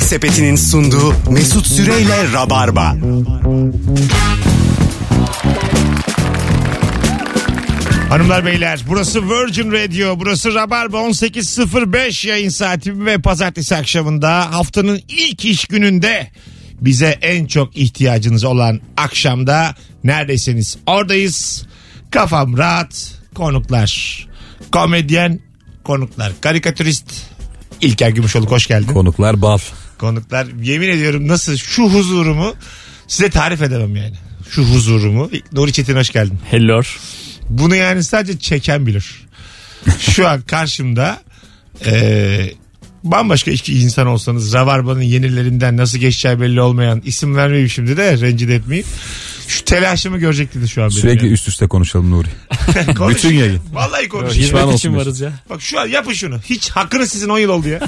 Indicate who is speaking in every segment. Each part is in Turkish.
Speaker 1: Sepeti'nin sunduğu Mesut Süreyle Rabarba.
Speaker 2: Hanımlar beyler burası Virgin Radio burası Rabarba 18.05 yayın saati ve pazartesi akşamında haftanın ilk iş gününde bize en çok ihtiyacınız olan akşamda neredeyseniz oradayız. Kafam rahat konuklar komedyen konuklar karikatürist İlker Gümüşoluk hoş geldin.
Speaker 3: Konuklar bal.
Speaker 2: konuklar yemin ediyorum nasıl şu huzurumu size tarif edemem yani. Şu huzurumu. Nuri Çetin hoş geldin.
Speaker 3: Hello.
Speaker 2: Bunu yani sadece çeken bilir. Şu an karşımda e, bambaşka iki insan olsanız Rabarba'nın yenilerinden nasıl geçeceği belli olmayan isim vermeyeyim şimdi de rencide etmeyeyim. Şu telaşımı görecektiniz şu an. benim
Speaker 3: Sürekli
Speaker 2: yani.
Speaker 3: üst üste konuşalım Nuri.
Speaker 2: Konuş.
Speaker 3: bütün yayın.
Speaker 2: Vallahi konuş.
Speaker 3: Pişman
Speaker 4: Hizmet
Speaker 3: olsun
Speaker 4: için
Speaker 3: diyorsun.
Speaker 4: varız ya.
Speaker 2: Bak şu an yapın şunu. Hiç hakkınız sizin 10 yıl oldu ya.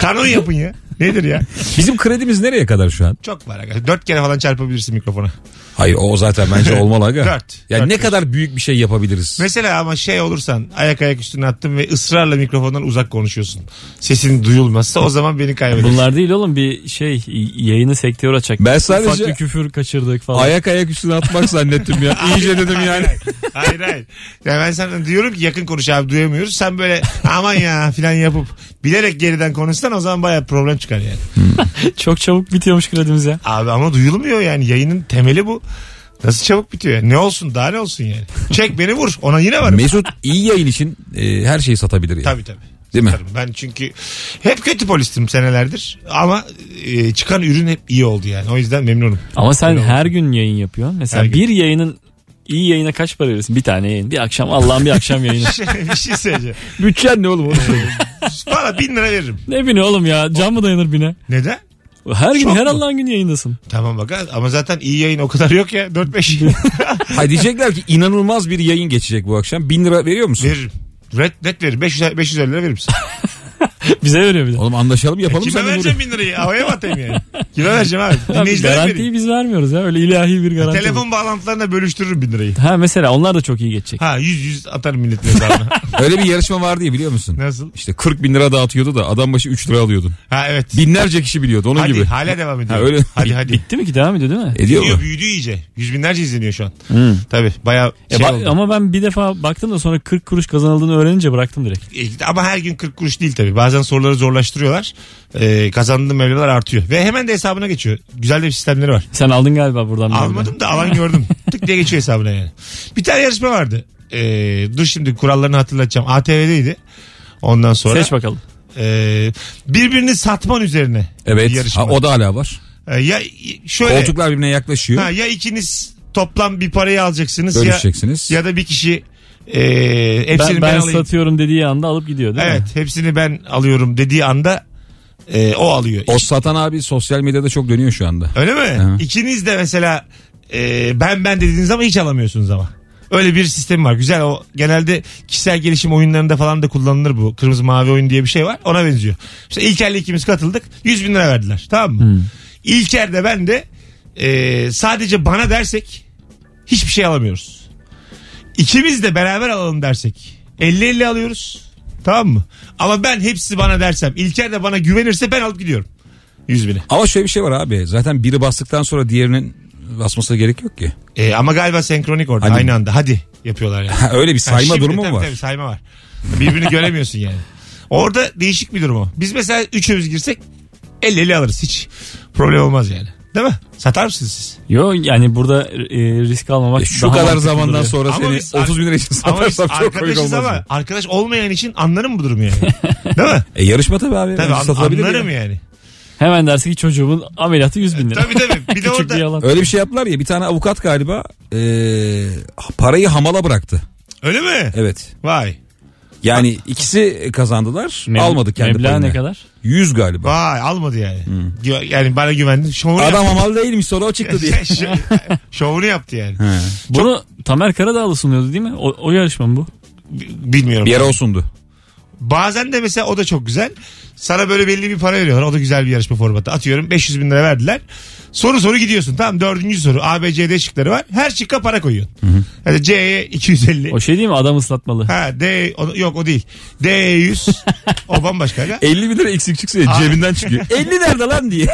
Speaker 2: Kanun yapın ya. Nedir ya?
Speaker 3: Bizim kredimiz nereye kadar şu an?
Speaker 2: Çok var. aga. Dört kere falan çarpabilirsin mikrofona.
Speaker 3: Hayır o zaten bence olmalı aga.
Speaker 2: Dört.
Speaker 3: Ya
Speaker 2: Dört
Speaker 3: ne kadar büyük bir şey yapabiliriz?
Speaker 2: Mesela ama şey olursan ayak ayak üstüne attın ve ısrarla mikrofondan uzak konuşuyorsun. Sesin duyulmazsa o zaman beni kaybedersin.
Speaker 4: Bunlar değil oğlum bir şey y- yayını sekteye uğratacak.
Speaker 3: Ben sadece-
Speaker 4: Ufak bir küfür kaçırdık falan.
Speaker 3: Ayak ayak üstüne atmak zannettim ya. İyice dedim yani.
Speaker 2: Hayır hayır. Yani ben sana diyorum ki yakın konuş abi duyamıyoruz. Sen böyle aman ya filan yapıp bilerek geriden konuşsan o zaman baya problem çıkar yani.
Speaker 4: Çok çabuk bitiyormuş kredimiz ya.
Speaker 2: Abi ama duyulmuyor yani yayının temeli bu. Nasıl çabuk bitiyor yani? Ne olsun daha ne olsun yani. Çek beni vur ona yine varım.
Speaker 3: Mesut iyi yayın için e, her şeyi satabilir ya.
Speaker 2: Tabii tabii.
Speaker 3: Değil mi?
Speaker 2: Satarım. Ben çünkü hep kötü polistim senelerdir ama e, çıkan ürün hep iyi oldu yani. O yüzden memnunum.
Speaker 4: Ama sen
Speaker 2: Öyle oldu.
Speaker 4: her gün yayın yapıyorsun. Mesela
Speaker 2: Her gün.
Speaker 4: bir yayının iyi yayına kaç para verirsin? Bir tane yayın. Bir akşam Allah'ın bir akşam yayını.
Speaker 2: Şey, bir şey söyleyeceğim.
Speaker 3: Bütçen ne oğlum?
Speaker 2: Valla bin lira veririm.
Speaker 4: ne bini oğlum ya? Can mı dayanır bine?
Speaker 2: Neden?
Speaker 4: Her gün
Speaker 2: Çok
Speaker 4: her
Speaker 2: mu?
Speaker 4: Allah'ın günü yayındasın.
Speaker 2: Tamam bak ama zaten iyi yayın o kadar yok ya. 4-5
Speaker 3: Hayır diyecekler ki inanılmaz bir yayın geçecek bu akşam. Bin lira veriyor musun?
Speaker 2: veririm. Red, net veririm. 500, 550 lira verir misin?
Speaker 4: Bize veriyor bir de.
Speaker 3: Oğlum anlaşalım yapalım.
Speaker 2: Kime
Speaker 3: sen de
Speaker 2: vereceğim bin lirayı? Havaya mı atayım yani? Kime vereceğim abi?
Speaker 4: Abi,
Speaker 2: Dinleyicilere
Speaker 4: garantiyi
Speaker 2: vereyim.
Speaker 4: biz vermiyoruz ya. Öyle ilahi bir garanti.
Speaker 2: Telefon bağlantılarına bölüştürürüm bin lirayı.
Speaker 4: Ha mesela onlar da çok iyi geçecek.
Speaker 2: Ha 100 100 atarım milletin hesabına.
Speaker 3: Nuri. Öyle bir yarışma vardı ya biliyor musun?
Speaker 2: Nasıl?
Speaker 3: İşte 40 bin lira dağıtıyordu da adam başı 3 lira alıyordun.
Speaker 2: Ha evet.
Speaker 3: Binlerce kişi biliyordu onun
Speaker 2: hadi
Speaker 3: gibi.
Speaker 2: hala devam ediyor.
Speaker 3: Ha, öyle.
Speaker 2: Hadi hadi.
Speaker 4: Bitti mi ki devam ediyor değil mi?
Speaker 3: Ediyor mu?
Speaker 2: Büyüyor, büyüdü iyice. Yüz binlerce izleniyor şu an. Tabii bayağı
Speaker 4: E
Speaker 2: şey
Speaker 4: ba-
Speaker 2: oldu.
Speaker 4: ama ben bir defa baktım da sonra 40 kuruş kazanıldığını öğrenince bıraktım direkt.
Speaker 2: E, Ama her gün 40 kuruş değil tabii. Bazen soruları zorlaştırıyorlar. Ee, kazandığın mevleler artıyor. Ve hemen de hesabına geçiyor. Güzel de bir sistemleri var.
Speaker 4: Sen aldın galiba buradan. bir
Speaker 2: Almadım da alan gördüm. Tık diye geçiyor hesabına yani. Bir tane yarışma vardı. Ee, dur şimdi kurallarını hatırlatacağım. ATV'deydi. Ondan
Speaker 4: örnek.
Speaker 2: sonra
Speaker 4: Seç bakalım.
Speaker 2: e, birbirini satman üzerine bir
Speaker 3: Evet.
Speaker 2: yarışma.
Speaker 3: Ha, o da hala var.
Speaker 2: Ee, ya şöyle
Speaker 3: Koltuklar birbirine yaklaşıyor.
Speaker 2: ha, ya ikiniz toplam bir parayı alacaksınız ya,
Speaker 3: bölüşeceksiniz.
Speaker 2: ya da bir kişi e,
Speaker 4: Ben,
Speaker 2: hepsini ben,
Speaker 4: ben
Speaker 2: alayım.
Speaker 4: satıyorum dediği anda alıp gidiyor değil mi?
Speaker 2: Evet hepsini ben alıyorum dediği anda e, o alıyor.
Speaker 3: O satan abi sosyal medyada çok dönüyor şu anda.
Speaker 2: Öyle mi?
Speaker 3: Hı.
Speaker 2: İkiniz de mesela e, ben ben dediğiniz ama hiç alamıyorsunuz ama. Öyle bir sistem var. Güzel o genelde kişisel gelişim oyunlarında falan da kullanılır bu. Kırmızı mavi oyun diye bir şey var. Ona benziyor. İşte İlker'le ikimiz katıldık. 100 bin lira verdiler. Tamam mı? İlker de ben de e, sadece bana dersek hiçbir şey alamıyoruz. İkimiz de beraber alalım dersek 50-50 alıyoruz. Tamam mı? Ama ben hepsi bana dersem İlker de bana güvenirse ben alıp gidiyorum. 100 bini.
Speaker 3: Ama şöyle bir şey var abi. Zaten biri bastıktan sonra diğerinin basmasına gerek yok ki.
Speaker 2: E, ama galiba senkronik orada
Speaker 3: Hadi.
Speaker 2: aynı anda. Hadi yapıyorlar yani.
Speaker 3: Ha, öyle bir
Speaker 2: Yani
Speaker 3: sayma
Speaker 2: şimdi
Speaker 3: durumu mu
Speaker 2: tabii
Speaker 3: var?
Speaker 2: Tabii sayma var. Birbirini göremiyorsun yani. Orada değişik bir durum o. Biz mesela üçümüz girsek 50 50 alırız hiç. Problem olmaz yani. Değil mi? Satar mısınız siz?
Speaker 4: Yo yani burada e, risk almamak
Speaker 3: E, şu
Speaker 4: daha
Speaker 3: kadar
Speaker 4: mantıklı
Speaker 3: zamandan
Speaker 4: duruyor.
Speaker 3: sonra
Speaker 2: Ama
Speaker 3: seni
Speaker 2: biz-
Speaker 3: 30 bin lira için
Speaker 2: Ama biz
Speaker 3: satarsam çok komik olmaz.
Speaker 2: arkadaşız ama
Speaker 3: mı?
Speaker 2: arkadaş olmayan için anlarım bu durumu yani. Değil mi?
Speaker 3: E, yarışma tabii abi.
Speaker 2: Tabii
Speaker 3: Bence
Speaker 2: an-
Speaker 3: satılabilir
Speaker 2: anlarım
Speaker 3: ya.
Speaker 2: yani.
Speaker 4: Hemen dersin ki çocuğumun ameliyatı 100 bin lira.
Speaker 2: Tabii tabii. Bir de
Speaker 4: Küçük bir
Speaker 2: orada.
Speaker 4: yalan.
Speaker 3: Öyle bir şey yaptılar ya bir tane avukat galiba e, parayı hamala bıraktı.
Speaker 2: Öyle mi?
Speaker 3: Evet.
Speaker 2: Vay.
Speaker 3: Yani ikisi kazandılar
Speaker 4: Meb-
Speaker 3: almadı kendi
Speaker 4: Meblağ
Speaker 3: payını.
Speaker 4: ne kadar?
Speaker 3: 100 galiba.
Speaker 2: Vay almadı yani. Gü- Yani bana güvendin. Şovunu
Speaker 3: Hmm. Adam hamal değilmiş sonra o çıktı diye.
Speaker 2: yaptı. Şovunu yaptı yani.
Speaker 3: He.
Speaker 4: Bunu Tamer Karadağlı sunuyordu değil mi? O, o yarışma mı bu?
Speaker 2: B- Bilmiyorum.
Speaker 3: Bir yere o sundu.
Speaker 2: Bazen de mesela o da çok güzel. Sana böyle belli bir para veriyorlar. O da güzel bir yarışma formatı. Atıyorum 500 bin lira verdiler. Soru soru gidiyorsun. Tamam dördüncü soru. A, B, C, D şıkları var. Her şıkka para koyuyorsun. Yani C'ye 250.
Speaker 4: O şey değil mi adam ıslatmalı.
Speaker 2: Ha D o- yok o değil. D 100. o bambaşka ya.
Speaker 3: 50 bin lira eksik çıksa
Speaker 2: Aa.
Speaker 3: cebinden çıkıyor. 50 nerede lan diye.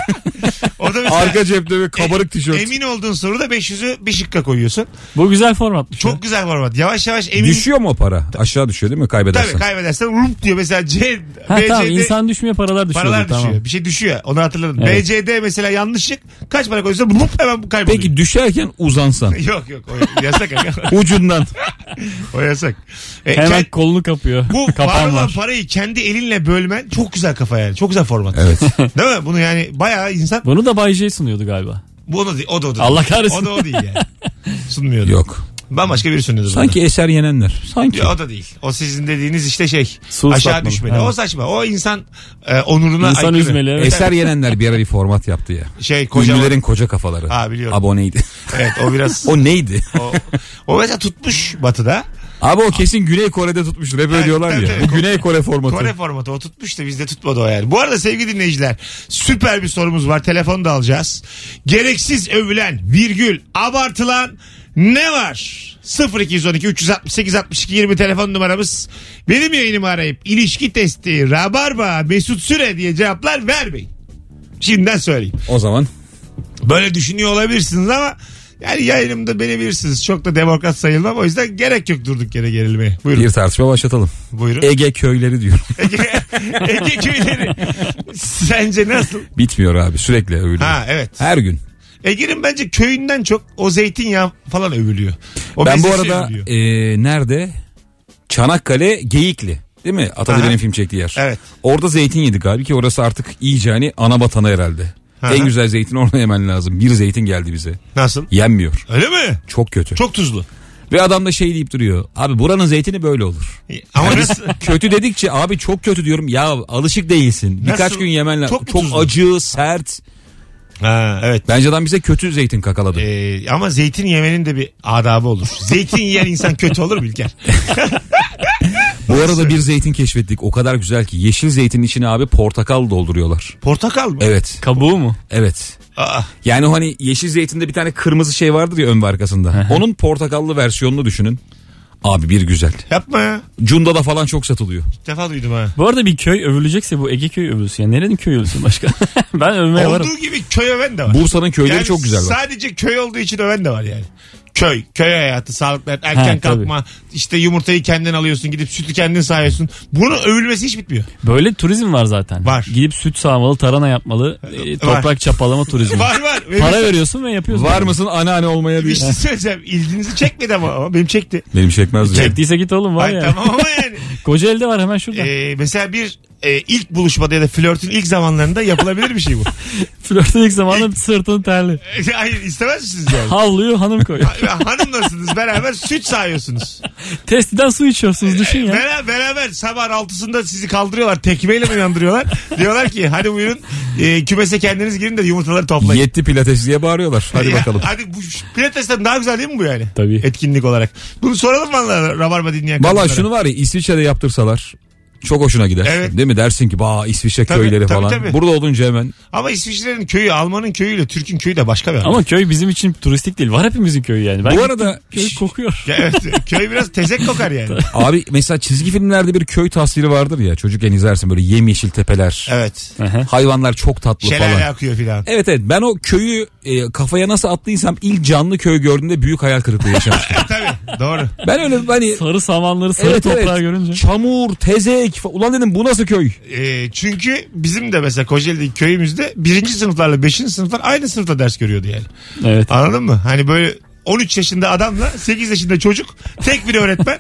Speaker 2: O da mesela
Speaker 3: Arka cepte böyle kabarık tişört.
Speaker 2: E, emin olduğun soruda 500'ü bir şıkka koyuyorsun.
Speaker 4: Bu güzel formatmış. ya.
Speaker 2: Çok güzel format. Yavaş yavaş emin
Speaker 3: Düşüyor mu o para? Aşağı düşüyor değil mi
Speaker 2: Tabii
Speaker 3: kaybedersen?
Speaker 2: kaybedersen rump diyor mesela C,
Speaker 4: Ha
Speaker 2: BCD
Speaker 4: tamam insan düşmüyor paralar düşüyor.
Speaker 2: paralar düşüyor.
Speaker 4: Tamam.
Speaker 2: Bir şey düşüyor. Onu hatırladım.
Speaker 4: Evet.
Speaker 2: BCD mesela yanlışlık kaç para koyuyorsa rump hemen kayboluyor.
Speaker 3: Peki düşerken uzansan.
Speaker 2: Yok yok o yasak. aga.
Speaker 3: Ucundan.
Speaker 2: o yasak. E,
Speaker 4: Hemen
Speaker 2: kend-
Speaker 4: kolunu kapıyor.
Speaker 2: bu var
Speaker 4: Kapan
Speaker 2: olan
Speaker 4: var.
Speaker 2: parayı kendi elinle bölmen çok güzel kafa yani. Çok güzel format.
Speaker 3: Evet.
Speaker 2: Değil mi? Bunu yani bayağı insan
Speaker 4: Bunu da Bay J sunuyordu galiba.
Speaker 2: bu o da değil. O da o da.
Speaker 4: Allah
Speaker 2: değil.
Speaker 4: kahretsin.
Speaker 2: O da o değil yani. Sunmuyordu.
Speaker 3: Yok.
Speaker 2: Bambaşka biri sunuyordu. bunu.
Speaker 3: Sanki eser yenenler. Sanki.
Speaker 2: Ya o da değil. O sizin dediğiniz işte şey.
Speaker 4: Su
Speaker 2: aşağı
Speaker 4: ıslatmalı.
Speaker 2: düşmeli.
Speaker 4: Evet.
Speaker 2: O saçma. O insan e, onuruna
Speaker 4: İnsan
Speaker 2: aykırı.
Speaker 4: üzmeli, evet.
Speaker 3: Eser yenenler bir ara bir format yaptı ya.
Speaker 2: Şey kocaman.
Speaker 3: Ünlülerin koca kafaları.
Speaker 2: Ha, biliyorum.
Speaker 3: Abi o neydi?
Speaker 2: Evet o biraz.
Speaker 3: o neydi?
Speaker 2: o, o mesela tutmuş batıda.
Speaker 3: Abi o kesin Güney Kore'de tutmuştur. Hep öyle
Speaker 2: Evet,
Speaker 3: diyorlar
Speaker 2: tabii,
Speaker 3: ya.
Speaker 2: tabii.
Speaker 3: Bu Güney Kore formatı.
Speaker 2: Kore formatı o tutmuş da bizde tutmadı o yani. Bu arada sevgili dinleyiciler süper bir sorumuz var. Telefonu da alacağız. Gereksiz övülen virgül abartılan ne var? 0212 368 62 20 telefon numaramız. Benim yayınımı arayıp ilişki testi, rabarba, mesut süre diye cevaplar vermeyin. Şimdiden söyleyeyim.
Speaker 3: O zaman
Speaker 2: Böyle düşünüyor olabilirsiniz ama yani yayınımda beni bilirsiniz. Çok da demokrat sayılmam. O yüzden gerek yok durduk yere gerilmeye. Buyurun.
Speaker 3: bir tartışma başlatalım.
Speaker 2: Buyurun.
Speaker 3: Ege köyleri diyorum.
Speaker 2: Ege, Ege köyleri. Sence nasıl?
Speaker 3: Bitmiyor abi sürekli övülüyor.
Speaker 2: Ha evet.
Speaker 3: Her gün.
Speaker 2: Ege'nin bence köyünden çok o zeytinyağı falan övülüyor. O
Speaker 3: ben bu
Speaker 2: bezesi
Speaker 3: arada
Speaker 2: övülüyor.
Speaker 3: e, nerede? Çanakkale Geyikli. Değil mi? Atademir'in
Speaker 2: Aha.
Speaker 3: film çektiği yer.
Speaker 2: Evet.
Speaker 3: Orada zeytin yedik abi ki orası artık iyice hani ana vatanı herhalde.
Speaker 2: Aha.
Speaker 3: En güzel zeytin orada yemen lazım. Bir zeytin geldi bize.
Speaker 2: Nasıl?
Speaker 3: Yenmiyor.
Speaker 2: Öyle mi?
Speaker 3: Çok kötü.
Speaker 2: Çok tuzlu.
Speaker 3: Ve adam da şey deyip duruyor. Abi buranın zeytini böyle olur.
Speaker 2: Ama nasıl?
Speaker 3: kötü dedikçe abi çok kötü diyorum. Ya alışık değilsin. Birkaç
Speaker 2: Nasıl?
Speaker 3: gün yemen lazım.
Speaker 2: Çok mu
Speaker 3: Çok,
Speaker 2: tuzlu?
Speaker 3: acı, sert.
Speaker 2: ha evet.
Speaker 3: Bence adam bize kötü zeytin kakaladı.
Speaker 2: Ee, ama zeytin yemenin de bir adabı olur. Zeytin yiyen insan kötü olur mu İlker?
Speaker 3: Bu arada bir zeytin keşfettik. O kadar güzel ki yeşil zeytinin içine abi portakal dolduruyorlar.
Speaker 2: Portakal mı?
Speaker 3: Evet.
Speaker 4: Kabuğu mu?
Speaker 3: Evet.
Speaker 2: Aa,
Speaker 3: Yani o hani yeşil zeytinde bir tane kırmızı şey vardır ya ön ve arkasında. Onun portakallı versiyonunu düşünün. Abi bir güzel.
Speaker 2: yapma ya.
Speaker 3: Cunda'da falan çok satılıyor.
Speaker 2: İlk defa duydum ha.
Speaker 4: Bu arada bir köy övülecekse bu Ege köyü övülsün. Yani nerenin köyü övülsün başka? ben övmeye varım.
Speaker 2: Olduğu gibi köy öven de var.
Speaker 3: Bursa'nın köyleri
Speaker 2: Yani
Speaker 3: çok güzel. Bak.
Speaker 2: Sadece köy olduğu için öven de var yani. Köy, köy hayatı, sağlıklı hayat, erken
Speaker 4: Ha, tabii.
Speaker 2: kalkma, işte yumurtayı kendin alıyorsun, gidip sütü kendin sağıyorsun. Bunun övülmesi hiç bitmiyor.
Speaker 4: Böyle turizm var zaten.
Speaker 2: Var.
Speaker 4: Gidip süt sağmalı, tarhana yapmalı, e, toprak çapalama turizmi.
Speaker 2: Var var. Benim
Speaker 4: Para veriyorsun ve yapıyorsun.
Speaker 3: Var mısın anneanne olmaya
Speaker 2: bir
Speaker 3: diye.
Speaker 2: şey söyleyeceğim. İlginizi çekmedi ama, ama benim çekti.
Speaker 3: Benim çekmez diyor.
Speaker 4: Çektiyse git oğlum var
Speaker 2: Ay,
Speaker 4: ya.
Speaker 2: tamam ama yani.
Speaker 4: Kocaeli'de var hemen şurada.
Speaker 2: Ee, mesela bir e, ilk buluşmada ya da flörtün ilk zamanlarında yapılabilir bir şey bu.
Speaker 4: Flörtün ilk zamanı sırtını terli.
Speaker 2: E, Hayır istemez misiniz yani?
Speaker 4: Havluyu hanım koy.
Speaker 2: Hanımlarsınız beraber süt sağıyorsunuz.
Speaker 4: Testiden su
Speaker 2: E,
Speaker 4: içiyorsunuz düşün ya.
Speaker 2: Beraber, beraber sabah altısında sizi kaldırıyorlar. Tekmeyle mi yandırıyorlar? Diyorlar ki hadi buyurun e, kümese kendiniz girin de yumurtaları toplayın.
Speaker 3: Yetti pilates diye bağırıyorlar. Hadi
Speaker 2: Ya,
Speaker 3: bakalım.
Speaker 2: Hadi bu şu- pilatesten daha güzel değil mi bu yani?
Speaker 4: Tabii.
Speaker 2: Etkinlik olarak. Bunu soralım valla Rabarba dinleyen
Speaker 3: Valla
Speaker 2: kadınlara.
Speaker 3: şunu var ya İsviçre'de yaptırsalar çok hoşuna gider.
Speaker 2: Evet.
Speaker 3: Değil mi? Dersin ki bah İsviçre
Speaker 2: Tabii,
Speaker 3: köyleri
Speaker 2: tabii,
Speaker 3: falan.
Speaker 2: tabii.
Speaker 3: Burada olunca hemen
Speaker 2: Ama İsviçre'nin köyü, Alman'ın köyüyle Türk'ün köyü de başka bir adam.
Speaker 4: Ama köy bizim için turistik değil. Var hepimizin köyü yani. Ben
Speaker 3: Bu arada-
Speaker 4: gittim, köy kokuyor.
Speaker 2: Evet, köy biraz tezek kokar yani.
Speaker 3: Abi mesela çizgi filmlerde bir köy tasviri vardır ya. Çocukken izlersin böyle yemyeşil tepeler.
Speaker 2: Evet.
Speaker 3: Hayvanlar çok tatlı
Speaker 2: Şelale
Speaker 3: falan.
Speaker 2: akıyor filan. E,
Speaker 3: Evet evet ben o köyü e, kafaya nasıl attıysam ilk canlı köy gördüğümde büyük hayal kırıklığı yaşamıştım.
Speaker 2: Tabii doğru.
Speaker 3: ben öyle hani
Speaker 4: Sarı samanları sarı
Speaker 3: evet
Speaker 4: toprağı
Speaker 3: evet
Speaker 4: görünce.
Speaker 3: çamur tezek falan. ulan dedim bu nasıl köy?
Speaker 2: Ee, çünkü bizim de mesela Kocaeli'deki köyümüzde birinci sınıflarla beşinci sınıflar aynı sınıfta ders görüyordu yani.
Speaker 4: Evet.
Speaker 2: Anladın mı? Hani böyle 13 yaşında adamla 8 yaşında çocuk tek bir öğretmen.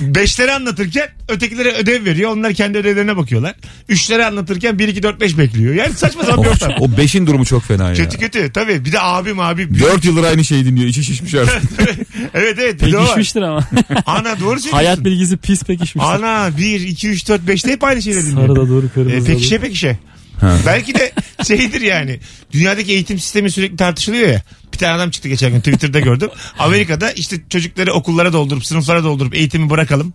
Speaker 2: Beşleri anlatırken ötekilere ödev veriyor. Onlar kendi ödevlerine bakıyorlar. Üçleri anlatırken 1, 2, 4, 5 bekliyor. Yani saçma sapan bir
Speaker 3: Of,
Speaker 2: ortam.
Speaker 3: o beşin durumu çok fena ya.
Speaker 2: Kötü kötü. Tabii bir de abim abi.
Speaker 3: Dört yıldır aynı şeyi dinliyor. içi şişmiş artık.
Speaker 2: evet evet. Bir de o var.
Speaker 4: Pekişmiştir ama.
Speaker 2: Ana doğru söylüyorsun.
Speaker 4: şey- Hayat bilgisi pis pekişmiştir.
Speaker 2: Ana 1, 2, 3, 4, 5'te hep aynı şeyleri dinliyor.
Speaker 4: Sarıda doğru kırmızı.
Speaker 2: E,
Speaker 4: doğru.
Speaker 2: pekişe pekişe. Belki de şeydir yani. Dünyadaki eğitim sistemi sürekli tartışılıyor ya. Bir tane adam çıktı geçen gün Twitter'da gördüm. Amerika'da işte çocukları okullara doldurup sınıflara doldurup eğitimi bırakalım.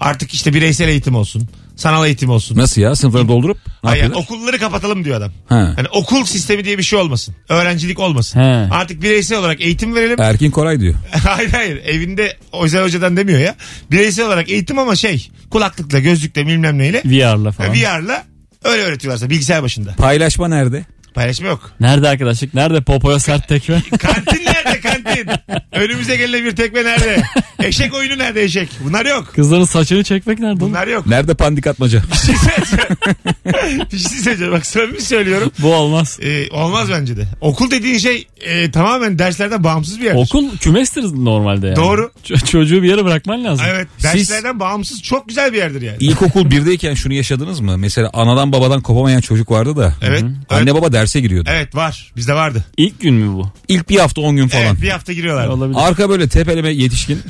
Speaker 2: Artık işte bireysel eğitim olsun. Sanal eğitim olsun.
Speaker 3: Nasıl ya sınıfları doldurup ne
Speaker 2: Hayır,
Speaker 3: yapıyorlar?
Speaker 2: okulları kapatalım diyor adam.
Speaker 3: Ha.
Speaker 2: Hani okul sistemi diye bir şey olmasın. Öğrencilik olmasın.
Speaker 4: He.
Speaker 2: Artık bireysel olarak eğitim verelim.
Speaker 3: Erkin Koray diyor.
Speaker 2: hayır hayır. Evinde özel hocadan demiyor ya. Bireysel olarak eğitim ama şey kulaklıkla, gözlükle, bilmem neyle.
Speaker 4: VR'la falan.
Speaker 2: VR'la öyle öğretiyorlarsa bilgisayar başında.
Speaker 3: Paylaşma nerede?
Speaker 2: Paylaşma yok.
Speaker 4: Nerede arkadaşlık? Nerede popoya sert tekme?
Speaker 2: Kantin nerede kantin? Önümüze gelen bir tekme nerede? Eşek oyunu nerede eşek? Bunlar yok.
Speaker 4: Kızların saçını çekmek nerede? oğlum?
Speaker 2: Bunlar yok.
Speaker 3: Nerede pandik atmaca?
Speaker 2: Bir şey söyleyeceğim. bir şey söyleyeceğim. Bak samimi söylüyorum.
Speaker 4: Bu olmaz.
Speaker 2: Ee, olmaz bence de. Okul dediğin şey e, tamamen derslerden bağımsız bir yer.
Speaker 4: Okul kümestir normalde yani.
Speaker 2: Doğru.
Speaker 4: Ç- çocuğu bir yere bırakman lazım.
Speaker 2: Evet.
Speaker 3: Siz-
Speaker 2: Derslerden bağımsız çok güzel bir yerdir yani.
Speaker 3: İlkokul birdeyken şunu yaşadınız mı? Mesela anadan babadan kopamayan çocuk vardı da.
Speaker 2: Evet.
Speaker 3: Anne
Speaker 2: Evet.
Speaker 3: baba derse giriyordu.
Speaker 2: Evet var. Bizde vardı.
Speaker 4: İlk gün mü bu?
Speaker 3: İlk bir hafta 10 gün falan.
Speaker 2: Evet bir hafta giriyorlardı.
Speaker 4: Olabilir.
Speaker 3: Arka böyle tepeleme yetişkin.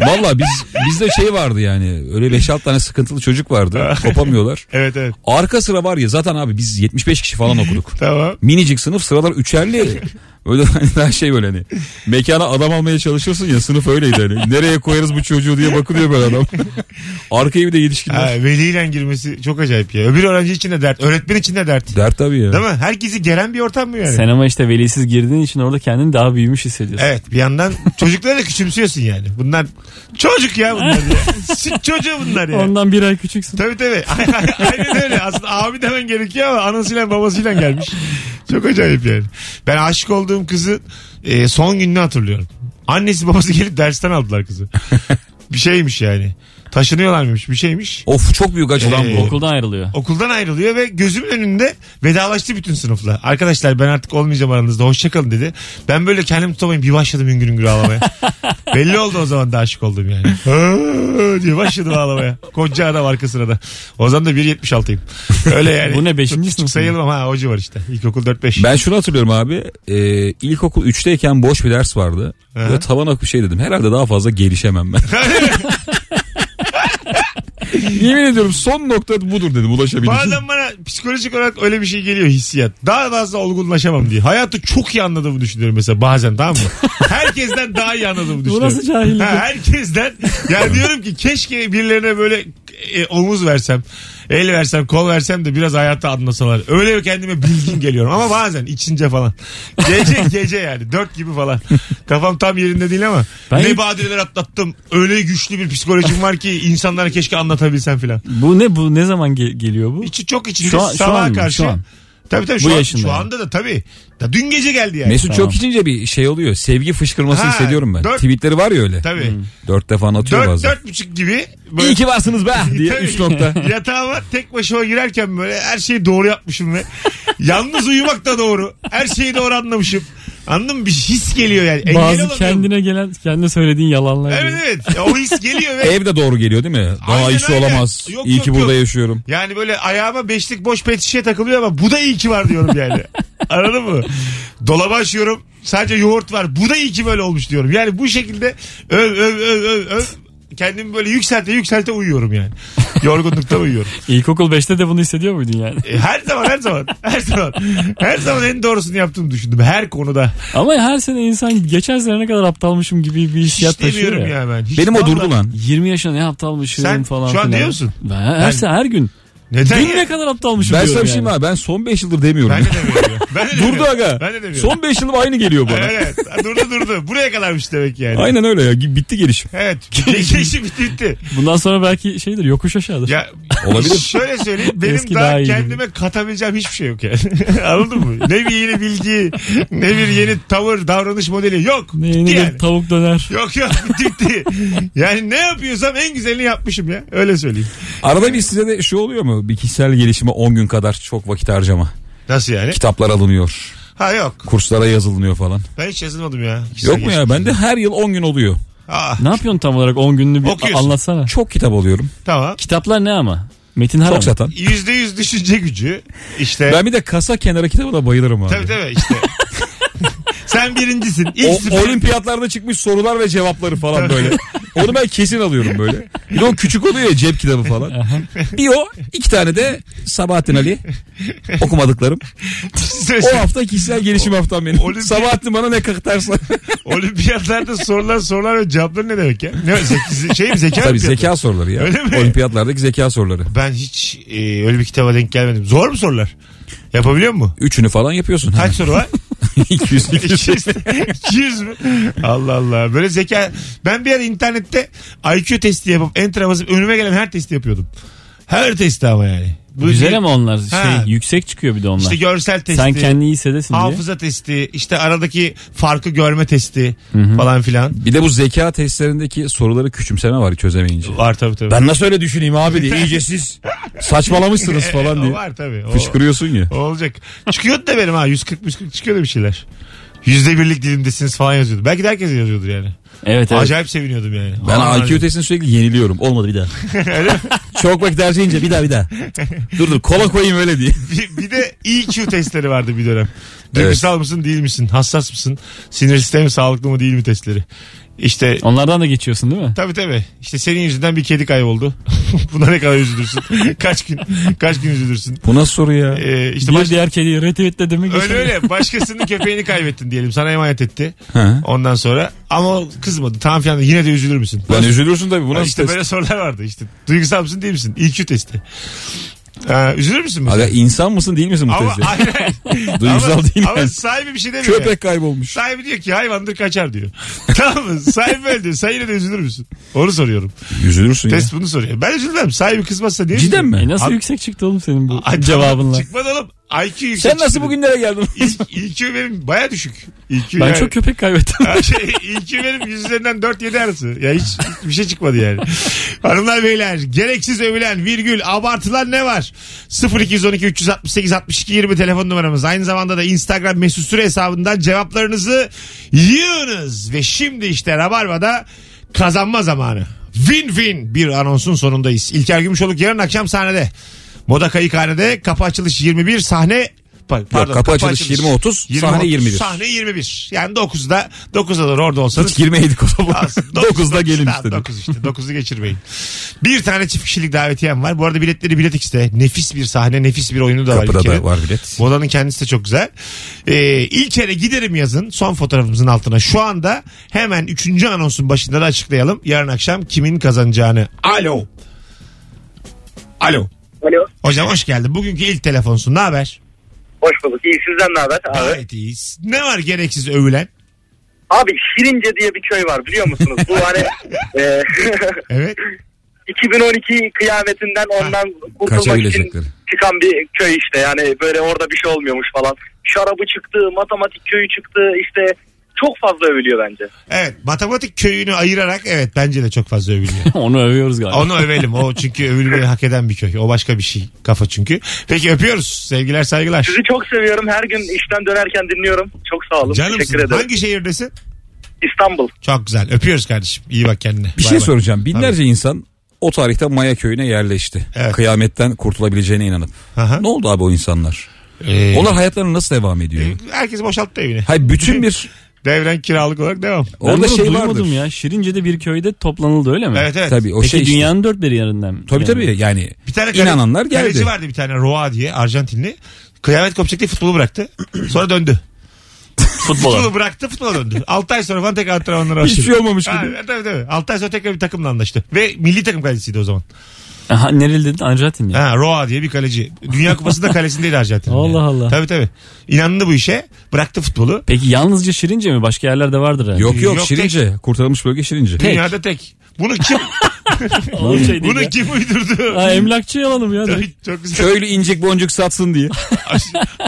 Speaker 3: Valla biz bizde şey vardı yani. Öyle 5-6 tane sıkıntılı çocuk vardı. Kopamıyorlar.
Speaker 2: Evet evet.
Speaker 3: Arka sıra var ya zaten abi biz 75 kişi falan okuduk.
Speaker 2: Tamam.
Speaker 3: Minicik sınıf sıralar üçerli. Öyle hani daha şey böyle hani. Mekana adam almaya çalışırsın ya sınıf öyleydi hani. Nereye koyarız bu çocuğu diye bakılıyor böyle adam. Arkaya bir de
Speaker 2: Ha,
Speaker 3: yetişkinler.
Speaker 2: veliyle girmesi çok acayip ya. Öbür öğrenci için de dert. Öğretmen için de dert.
Speaker 3: Dert tabii ya.
Speaker 2: Değil mi? Herkesi geren bir ortam mı yani?
Speaker 4: Sen ama işte velisiz girdiğin için orada kendini daha büyümüş hissediyorsun.
Speaker 2: Evet bir yandan çocukları da küçümsüyorsun yani. Bunlar çocuk ya bunlar ya. Süt çocuğu bunlar ya.
Speaker 4: Ondan bir ay küçüksün.
Speaker 2: Tabii tabii. Aynen öyle. Aslında abi demen gerekiyor ama anasıyla babasıyla gelmiş. Çok acayip yani. Ben aşık olduğum kızı e, son gününü hatırlıyorum. Annesi babası gelip dersten aldılar kızı. Bir şeymiş yani. Taşınıyorlarmış bir şeymiş.
Speaker 3: Of çok büyük acı lan
Speaker 2: Ee,
Speaker 3: bu.
Speaker 4: Okuldan ayrılıyor.
Speaker 2: Okuldan ayrılıyor ve gözümün önünde vedalaştı bütün sınıfla. Arkadaşlar ben artık olmayacağım aranızda hoşçakalın dedi. Ben böyle kendimi tutamayayım bir başladım hüngür hüngür ağlamaya. Belli oldu o zaman da aşık oldum yani. "Aa!" diye başladım ağlamaya. Koca adam arka sırada. O zaman da 1.76'yım. Öyle yani.
Speaker 4: Bu ne, beşinci
Speaker 2: Çok küçük
Speaker 4: sınıf mı?
Speaker 2: sayılmam ha o civar işte. İlkokul 4-5.
Speaker 3: Ben şunu hatırlıyorum abi. E, ilkokul 3'teyken boş bir ders vardı.
Speaker 2: Aha.
Speaker 3: Ve tavan akıp şey dedim. Herhalde daha fazla gelişemem ben. Yemin ediyorum son nokta budur dedim ulaşabileceğim.
Speaker 2: Bazen bana psikolojik olarak öyle bir şey geliyor hissiyat. Daha fazla olgunlaşamam diye. Hayatı çok iyi anladığımı düşünüyorum mesela bazen tamam mı? Herkesten daha iyi anladığımı düşünüyorum.
Speaker 4: nasıl cahillik?
Speaker 2: Ha, herkesten. Ya diyorum ki keşke birilerine böyle e, omuz versem, el versem, kol versem de biraz hayatı anlasalar. Öyle kendime bilgin geliyorum ama bazen içince falan. Gece gece yani dört gibi falan. Kafam tam yerinde değil ama
Speaker 4: Ben-
Speaker 2: ne badireler atlattım. Öyle güçlü bir psikolojim var ki insanlara keşke anlatabilsem falan.
Speaker 4: Bu ne bu ne zaman ge- geliyor bu?
Speaker 2: İçi çok içinde
Speaker 4: Şu an- şu
Speaker 2: sabaha
Speaker 4: an mı?
Speaker 2: karşı.
Speaker 4: Şu an.
Speaker 2: Tabii tabii
Speaker 4: Bu
Speaker 2: şu, an,
Speaker 4: yaşında
Speaker 2: şu
Speaker 4: yani.
Speaker 2: anda da tabii. Da dün gece geldi yani.
Speaker 3: Mesut
Speaker 4: Tamam.
Speaker 3: çok içince bir şey oluyor. Sevgi fışkırması
Speaker 2: Ha,
Speaker 3: hissediyorum ben.
Speaker 2: dört-
Speaker 3: Tweetleri var ya öyle.
Speaker 2: Tabii.
Speaker 4: Hmm,
Speaker 3: Dört defa atıyor
Speaker 2: Dört,
Speaker 3: bazen.
Speaker 2: dört buçuk gibi. böyle-
Speaker 3: İyi ki varsınız be diye
Speaker 2: Tabii.
Speaker 3: üç nokta.
Speaker 2: Yatağıma tek başıma girerken böyle her şeyi doğru yapmışım ve yalnız uyumak da doğru. Her şeyi doğru anlamışım. Anladın mı? Bir his geliyor yani. Engel
Speaker 4: Bazı
Speaker 2: olamıyorum.
Speaker 4: kendine gelen, kendine söylediğin yalanlar.
Speaker 2: Evet
Speaker 4: gibi.
Speaker 2: evet. O his geliyor ve
Speaker 3: Ev de doğru geliyor değil mi? Daha
Speaker 2: Aynen,
Speaker 3: iyisi
Speaker 2: aynen.
Speaker 3: olamaz.
Speaker 2: Yok,
Speaker 3: İyi
Speaker 2: yok,
Speaker 3: ki burada
Speaker 2: yok.
Speaker 3: yaşıyorum.
Speaker 2: Yani böyle ayağıma beşlik boş pet şişe takılıyor ama bu da iyi ki var diyorum yani. Anladın mı? Dolaba açıyorum. Sadece yoğurt var. Bu da iyi ki böyle olmuş diyorum. Yani bu şekilde öv öv öv öv öv. Kendimi böyle yükselte yükselte uyuyorum yani. Yorgunlukta uyuyorum.
Speaker 4: İlkokul 5'te de bunu hissediyor muydun yani?
Speaker 2: E, her zaman her zaman her zaman. Her zaman en doğrusunu yaptığımı düşündüm. Her konuda.
Speaker 4: Ama her sene insan geçen sene ne kadar aptalmışım gibi bir
Speaker 2: Hiç
Speaker 4: hissiyat taşıyor
Speaker 2: demiyorum
Speaker 4: ya.
Speaker 2: ya. ben. Hiç
Speaker 3: Benim o
Speaker 2: vallahi-
Speaker 3: durdu lan.
Speaker 4: 20 yaşında ne aptalmışım
Speaker 2: Sen
Speaker 4: falan
Speaker 2: şu an
Speaker 4: filan.
Speaker 2: diyor musun?
Speaker 4: Ben her,
Speaker 2: Ben-
Speaker 4: se- her gün.
Speaker 2: Neden
Speaker 4: Dün
Speaker 2: ya?
Speaker 4: ne kadar aptalmışım
Speaker 3: Ben sana
Speaker 4: diyorum
Speaker 3: bir şey mi
Speaker 4: yani.
Speaker 3: abi? Ben son 5 yıldır demiyorum.
Speaker 2: Ben de demiyorum. ya. Ben de
Speaker 3: Durdu
Speaker 2: demiyorum.
Speaker 3: aga.
Speaker 2: Ben de demiyorum.
Speaker 3: Son 5 yılım aynı geliyor bana.
Speaker 2: Evet. Durdu durdu. Buraya kadarmış demek yani.
Speaker 3: Aynen öyle ya. Bitti gelişim.
Speaker 2: Evet. Geçişi bitti bitti.
Speaker 4: Bundan sonra belki şeydir yokuş aşağıdır.
Speaker 2: Ya
Speaker 3: Olabilir.
Speaker 2: Şöyle söyleyeyim benim
Speaker 4: Eski
Speaker 2: daha,
Speaker 4: daha iyi
Speaker 2: kendime katabileceğim hiçbir şey yok yani. Anladın mı? Ne bir yeni bilgi, ne bir yeni tavır, davranış modeli yok.
Speaker 4: Ne yeni
Speaker 2: yani.
Speaker 4: bir tavuk döner.
Speaker 2: Yok yok bitti bitti. Yani ne yapıyorsam en güzelini yapmışım ya. Öyle söyleyeyim.
Speaker 3: Arada bir size de şu oluyor mu? Bir kişisel gelişime 10 gün kadar çok vakit harcama.
Speaker 2: Nasıl yani?
Speaker 3: Kitaplar alınıyor.
Speaker 2: Ha yok.
Speaker 3: Kurslara yazılınıyor falan.
Speaker 2: Ben hiç yazılmadım ya.
Speaker 3: Yok mu ya? Bende her yıl 10 gün oluyor.
Speaker 2: Aa,
Speaker 4: Ne yapıyorsun tam olarak 10 gününü bir
Speaker 2: Okuyorsun.
Speaker 4: anlatsana.
Speaker 3: Çok kitap alıyorum.
Speaker 2: tamam.
Speaker 4: Kitaplar ne ama? Metin Haram.
Speaker 3: Çok satan.
Speaker 2: Yüzde yüz düşünce gücü. İşte.
Speaker 3: Ben bir de kasa kenarı kitabına bayılırım abi.
Speaker 2: Tabii tabii işte. Sen birincisin. İlk
Speaker 3: O,
Speaker 2: süper-
Speaker 3: olimpiyatlarda çıkmış sorular ve cevapları falan böyle. Onu ben kesin alıyorum böyle. Bir de o küçük oluyor ya cep kitabı falan. Bir o iki tane de Sabahattin Ali okumadıklarım. O hafta kişisel gelişim haftam benim.
Speaker 2: Olimpiya-
Speaker 3: Sabahattin bana ne kaktarsa.
Speaker 2: Olimpiyatlarda sorulan sorular ve cevapları ne demek ya? Ne, zek- şey mi zeka
Speaker 3: Tabii
Speaker 2: olimpiyatı?
Speaker 3: zeka soruları ya.
Speaker 2: Öyle mi?
Speaker 3: Olimpiyatlardaki zeka soruları.
Speaker 2: Ben hiç e, öyle bir kitaba denk gelmedim. Zor mu sorular? Yapabiliyor mu?
Speaker 3: Üçünü falan yapıyorsun. şey.
Speaker 2: Kaç soru var?
Speaker 3: 200, 200.
Speaker 2: 200, 200 mü? Allah Allah. Böyle zeka. Ben bir ara internette IQ testi yapıp enter'a basıp önüme gelen her testi yapıyordum. Her testi ama yani. Bu
Speaker 4: Güzel
Speaker 2: bir-
Speaker 4: ama onlar
Speaker 2: Ha.
Speaker 4: şey yüksek çıkıyor bir de onlar.
Speaker 2: İşte görsel testi.
Speaker 4: Sen kendi iyi hissedesin diye.
Speaker 2: hafıza testi işte aradaki farkı görme testi falan filan
Speaker 3: Bir de bu zeka testlerindeki soruları küçümseme var çözemeyince.
Speaker 2: var tabii tabii.
Speaker 3: Ben nasıl öyle düşüneyim abi diye. İyice siz saçmalamışsınız falan
Speaker 2: O
Speaker 3: diye.
Speaker 2: E, var tabii. O,
Speaker 3: Fışkırıyorsun ya.
Speaker 2: o olacak. Çıkıyordu da benim ha 140 140 çıkıyordu bir şeyler. Yüzde birlik dilimdesiniz falan yazıyordu. Belki de herkes yazıyordur yani.
Speaker 4: Evet evet.
Speaker 2: Acayip seviniyordum yani.
Speaker 3: Ben
Speaker 2: Aman
Speaker 3: IQ testini sürekli yeniliyorum. Olmadı bir daha. Çok vakit harcayınca bir daha bir daha. Dur dur kola koyayım öyle diye.
Speaker 2: bir, bir de EQ testleri vardı bir dönem. Duygusal mısın değil misin? Hassas mısın? Sinir sistemi sağlıklı mı değil mi testleri? İşte
Speaker 4: Onlardan da geçiyorsun değil mi?
Speaker 2: tabii tabii. İşte senin yüzünden bir kedi kayboldu. Buna ne kadar üzülürsün? kaç gün kaç gün üzülürsün?
Speaker 3: Bu nasıl soru ya?
Speaker 2: Ee, işte
Speaker 4: bir
Speaker 2: baş-
Speaker 4: diğer kediyi retweetledi mi?
Speaker 2: öyle öyle. Başkasının köpeğini kaybettin diyelim. Sana emanet etti.
Speaker 3: Ha.
Speaker 2: Ondan sonra ama o kızmadı. Tamam filan yine de üzülür müsün?
Speaker 3: Lan üzülürsün tabii bu
Speaker 2: Ha,
Speaker 3: nasıl
Speaker 2: işte
Speaker 3: test?
Speaker 2: böyle sorular vardı işte. Duygusal mısın değil misin? EQ testi. Ee, üzülür müsün mesela?
Speaker 3: Aga insan mısın değil misin bu
Speaker 2: Ama,
Speaker 3: testi?
Speaker 2: aynen.
Speaker 3: Duygusal
Speaker 2: ama,
Speaker 3: değil
Speaker 2: ama
Speaker 3: yani.
Speaker 2: sahibi bir şey demiyor. yani.
Speaker 3: Köpek kaybolmuş.
Speaker 2: Sahibi diyor ki hayvandır kaçar diyor. tamam mı? Sahibi öyle diyor. Sen yine de üzülür müsün? Onu soruyorum.
Speaker 3: Üzülürsün ya.
Speaker 2: Test bunu soruyor. Ben üzülmem. Sahibi kızmazsa niye
Speaker 3: Cidden
Speaker 2: üzülürüm?
Speaker 3: mi?
Speaker 4: E nasıl
Speaker 2: Abi-
Speaker 4: yüksek çıktı oğlum senin bu
Speaker 2: Ay,
Speaker 4: cevabınla?
Speaker 2: Çıkmadı oğlum. IQ yüksek.
Speaker 3: Sen nasıl
Speaker 2: çıktı.
Speaker 3: bugünlere geldin?
Speaker 2: IQ benim baya düşük. IQ
Speaker 4: Ben
Speaker 2: yani-
Speaker 4: çok köpek kaybettim.
Speaker 2: Ha, şey, IQ benim yüzlerinden 4-7 arası. Ya hiç bir şey çıkmadı yani. Hanımlar beyler gereksiz övülen virgül abartılan ne var? 0212 368 62 20 telefon numaramız. Aynı zamanda da Instagram mesut süre hesabından cevaplarınızı yığınız. Ve şimdi işte Rabarba'da kazanma zamanı. Win-win bir anonsun sonundayız. İlker Gümüşoluk yarın akşam sahnede. Moda Kayıkhane'de kapı açılış 21 sahne pardon,
Speaker 3: kapı açılış 20.30, sahne 21.
Speaker 2: Sahne 21. Yani 9'da 9'da da orada olsanız.
Speaker 3: Hiç girmeydik o zaman. 9'da gelin
Speaker 2: işte.
Speaker 3: istedim.
Speaker 2: 9 işte. 9'u geçirmeyin. Bir tane çift kişilik davetiyem var. Bu arada biletleri Bilet X'te. Nefis bir sahne, nefis bir oyunu da var.
Speaker 3: Kapıda
Speaker 2: İlker'in.
Speaker 3: da var bilet.
Speaker 2: Modanın kendisi de çok güzel. Ee, ilk yere giderim yazın son fotoğrafımızın altına. Şu anda hemen 3. anonsun başında da açıklayalım. Yarın akşam kimin kazanacağını. Alo. Alo.
Speaker 5: Alo.
Speaker 2: Hocam hoş geldin. Bugünkü ilk telefonsun. Ne haber?
Speaker 5: Hoş bulduk. İyi sizden ne haber? Abi.
Speaker 2: Gayet iyiyiz. Ne var gereksiz övülen?
Speaker 5: Abi Şirince diye bir köy var biliyor musunuz? Bu hani e,
Speaker 2: Evet.
Speaker 5: 2012 kıyametinden ondan kurtulmak için
Speaker 3: Kaçabilecekleri.
Speaker 5: çıkan bir köy işte. Yani böyle orada bir şey olmuyormuş falan. Şarabı çıktı, matematik köyü çıktı. işte çok fazla övülüyor bence.
Speaker 2: Evet matematik köyünü ayırarak evet bence de çok fazla övülüyor.
Speaker 4: Onu övüyoruz galiba.
Speaker 2: Onu övelim o çünkü övülmeyi hak eden bir köy. O başka bir şey kafa çünkü. Peki öpüyoruz sevgiler saygılar.
Speaker 5: Sizi çok seviyorum. Her gün işten dönerken dinliyorum. Çok sağ olun. Teşekkür
Speaker 2: Canımsın
Speaker 5: ederim.
Speaker 2: hangi şehirdesin?
Speaker 5: İstanbul.
Speaker 2: Çok güzel öpüyoruz kardeşim iyi bak kendine.
Speaker 3: Bir
Speaker 2: Bay
Speaker 3: şey
Speaker 2: bay.
Speaker 3: soracağım. Binlerce insan o tarihte Maya köyüne yerleşti.
Speaker 2: Evet.
Speaker 3: Kıyametten kurtulabileceğine inanıp.
Speaker 2: Aha.
Speaker 3: Ne oldu abi o insanlar?
Speaker 2: Ee, e,
Speaker 3: Onlar hayatlarına nasıl devam ediyor?
Speaker 2: Herkes boşalttı evini.
Speaker 3: Hayır bütün bir
Speaker 2: Devren kiralık olarak devam.
Speaker 4: Ben
Speaker 3: orada
Speaker 4: bunu
Speaker 3: şey
Speaker 4: duymadım
Speaker 3: vardır.
Speaker 4: ya. Şirince'de bir köyde toplanıldı öyle mi?
Speaker 2: Evet evet.
Speaker 3: Tabii o
Speaker 4: Peki
Speaker 3: şey işte.
Speaker 4: dünyanın dört bir yerinden mi?
Speaker 3: Tabii
Speaker 4: Yani.
Speaker 3: tabii yani
Speaker 2: Bir tane kale-
Speaker 3: inananlar geldi.
Speaker 2: Kaleci vardı bir tane Roa diye Arjantinli. Kıyamet kopacak diye futbolu bıraktı. Sonra döndü.
Speaker 4: Futbola.
Speaker 2: Futbolu bıraktı futbola döndü. 6 ay sonra falan tekrar antrenmanlara başladı.
Speaker 3: Hiçbir şey olmamış
Speaker 2: Ha,
Speaker 3: gibi.
Speaker 2: tabii tabii. 6 ay sonra tekrar bir takımla anlaştı. Ve milli takım kalecisiydi o zaman.
Speaker 4: Aha, nereli dedin? Arjantin ya.
Speaker 2: Ha, Roa diye bir kaleci. Dünya Kupası'nda kalesindeydi Arjantin'in.
Speaker 4: Allah Allah.
Speaker 2: Tabii tabii. İnandı bu işe. Bıraktı futbolu.
Speaker 4: Peki yalnızca Şirince mi? Başka yerlerde vardır herhalde.
Speaker 3: Yok yok,
Speaker 2: Yok,
Speaker 3: Şirince. Kurtarılmış bölge Şirince.
Speaker 2: Dünyada tek. Bunu kim
Speaker 4: Oğlum şey değil
Speaker 2: bunu
Speaker 4: ya.
Speaker 2: kim uydurdu?
Speaker 4: Ha, emlakçı yalanım ya.
Speaker 2: Tabii, Çok güzel.
Speaker 3: Köylü incik boncuk satsın diye.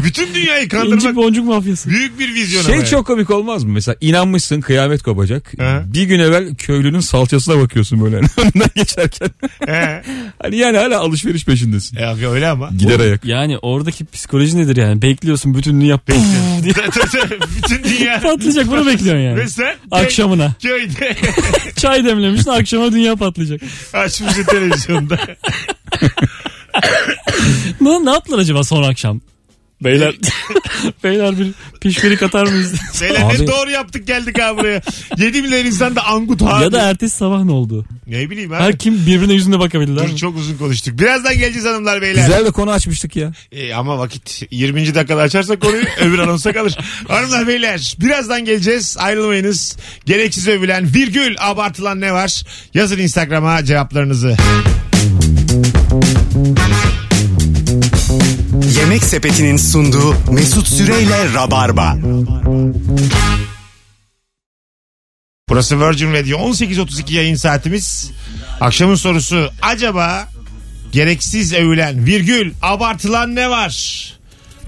Speaker 2: Bütün dünyayı
Speaker 4: İncik
Speaker 2: kandırmak
Speaker 4: boncuk mafyası.
Speaker 2: büyük bir vizyon ama
Speaker 3: Şey
Speaker 2: yani.
Speaker 3: çok komik olmaz mı? Mesela inanmışsın kıyamet kopacak.
Speaker 2: Hı.
Speaker 3: Bir gün evvel köylünün salçasına bakıyorsun böyle önünden geçerken.
Speaker 2: He.
Speaker 3: Hani yani hala alışveriş peşindesin.
Speaker 2: E, abi öyle ama.
Speaker 3: Gider ayak.
Speaker 4: Yani oradaki psikoloji nedir yani? Bekliyorsun bütün dünya puf diye
Speaker 2: Tabii, tabii. Bütün dünya.
Speaker 4: patlayacak bunu bekliyorsun yani.
Speaker 2: Ve sen tek
Speaker 4: Akşamına.
Speaker 2: köyde
Speaker 4: Çay demlemişsin akşama dünya patlayacak.
Speaker 2: açmışsın televizyonda.
Speaker 4: Ne, ne yaptılar acaba son akşam? Beyler beyler bir pişpirik atar mıyız?
Speaker 2: Beyler ne
Speaker 3: Abi-
Speaker 2: doğru yaptık geldik ha buraya. 7 milyon insan da angut abi.
Speaker 4: ya da er- ertesi sabah ne oldu?
Speaker 2: Ne bileyim abi.
Speaker 4: Her kim birbirine yüzüne bakabildiler.
Speaker 2: Dur, çok uzun konuştuk. Birazdan geleceğiz hanımlar beyler.
Speaker 3: Güzel de konu açmıştık ya.
Speaker 2: E, ama vakit 20. dakikada açarsak konuyu öbür anonsa kalır. Hanımlar beyler birazdan geleceğiz ayrılmayınız. Gereksiz övülen virgül abartılan ne var? Yazın Instagram'a cevaplarınızı.
Speaker 1: Yemek Sepeti'nin sunduğu Mesut Süreyle Rabarba.
Speaker 2: Burası Virgin Radio 18.32 yayın saatimiz. Akşamın sorusu acaba gereksiz övülen virgül abartılan ne var?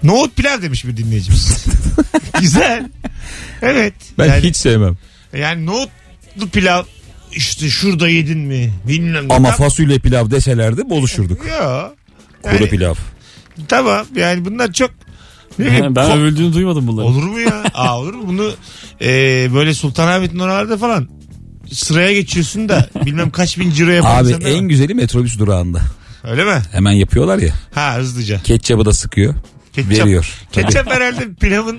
Speaker 2: Nohut pilav demiş bir dinleyicimiz. Güzel. Evet.
Speaker 3: Ben
Speaker 2: yani,
Speaker 3: hiç sevmem.
Speaker 2: yani nohutlu pilav işte şurada yedin mi bilmem ne.
Speaker 3: Ama
Speaker 2: Tam-
Speaker 3: fasulye pilav deselerdi bozuşurduk.
Speaker 2: Yo.
Speaker 3: Kuru
Speaker 2: Yani,
Speaker 3: pilav.
Speaker 2: tamam yani bunlar çok ne bileyim,
Speaker 4: Yani ben
Speaker 2: ko-
Speaker 4: övüldüğünü duymadım bunları.
Speaker 2: olur mu ya? Aa olur mu? Bunu e, böyle Sultanahmet'in oralarda falan sıraya geçiyorsun da bilmem kaç bin ciro yapan
Speaker 3: Abi
Speaker 2: insanlar var.
Speaker 3: en güzeli metrobüs durağında.
Speaker 2: Öyle mi?
Speaker 3: Hemen yapıyorlar ya.
Speaker 2: Ha hızlıca.
Speaker 3: Ketçabı da sıkıyor.
Speaker 2: Ketçap.
Speaker 3: Veriyor. Tabii.
Speaker 2: Ketçap herhalde pilavın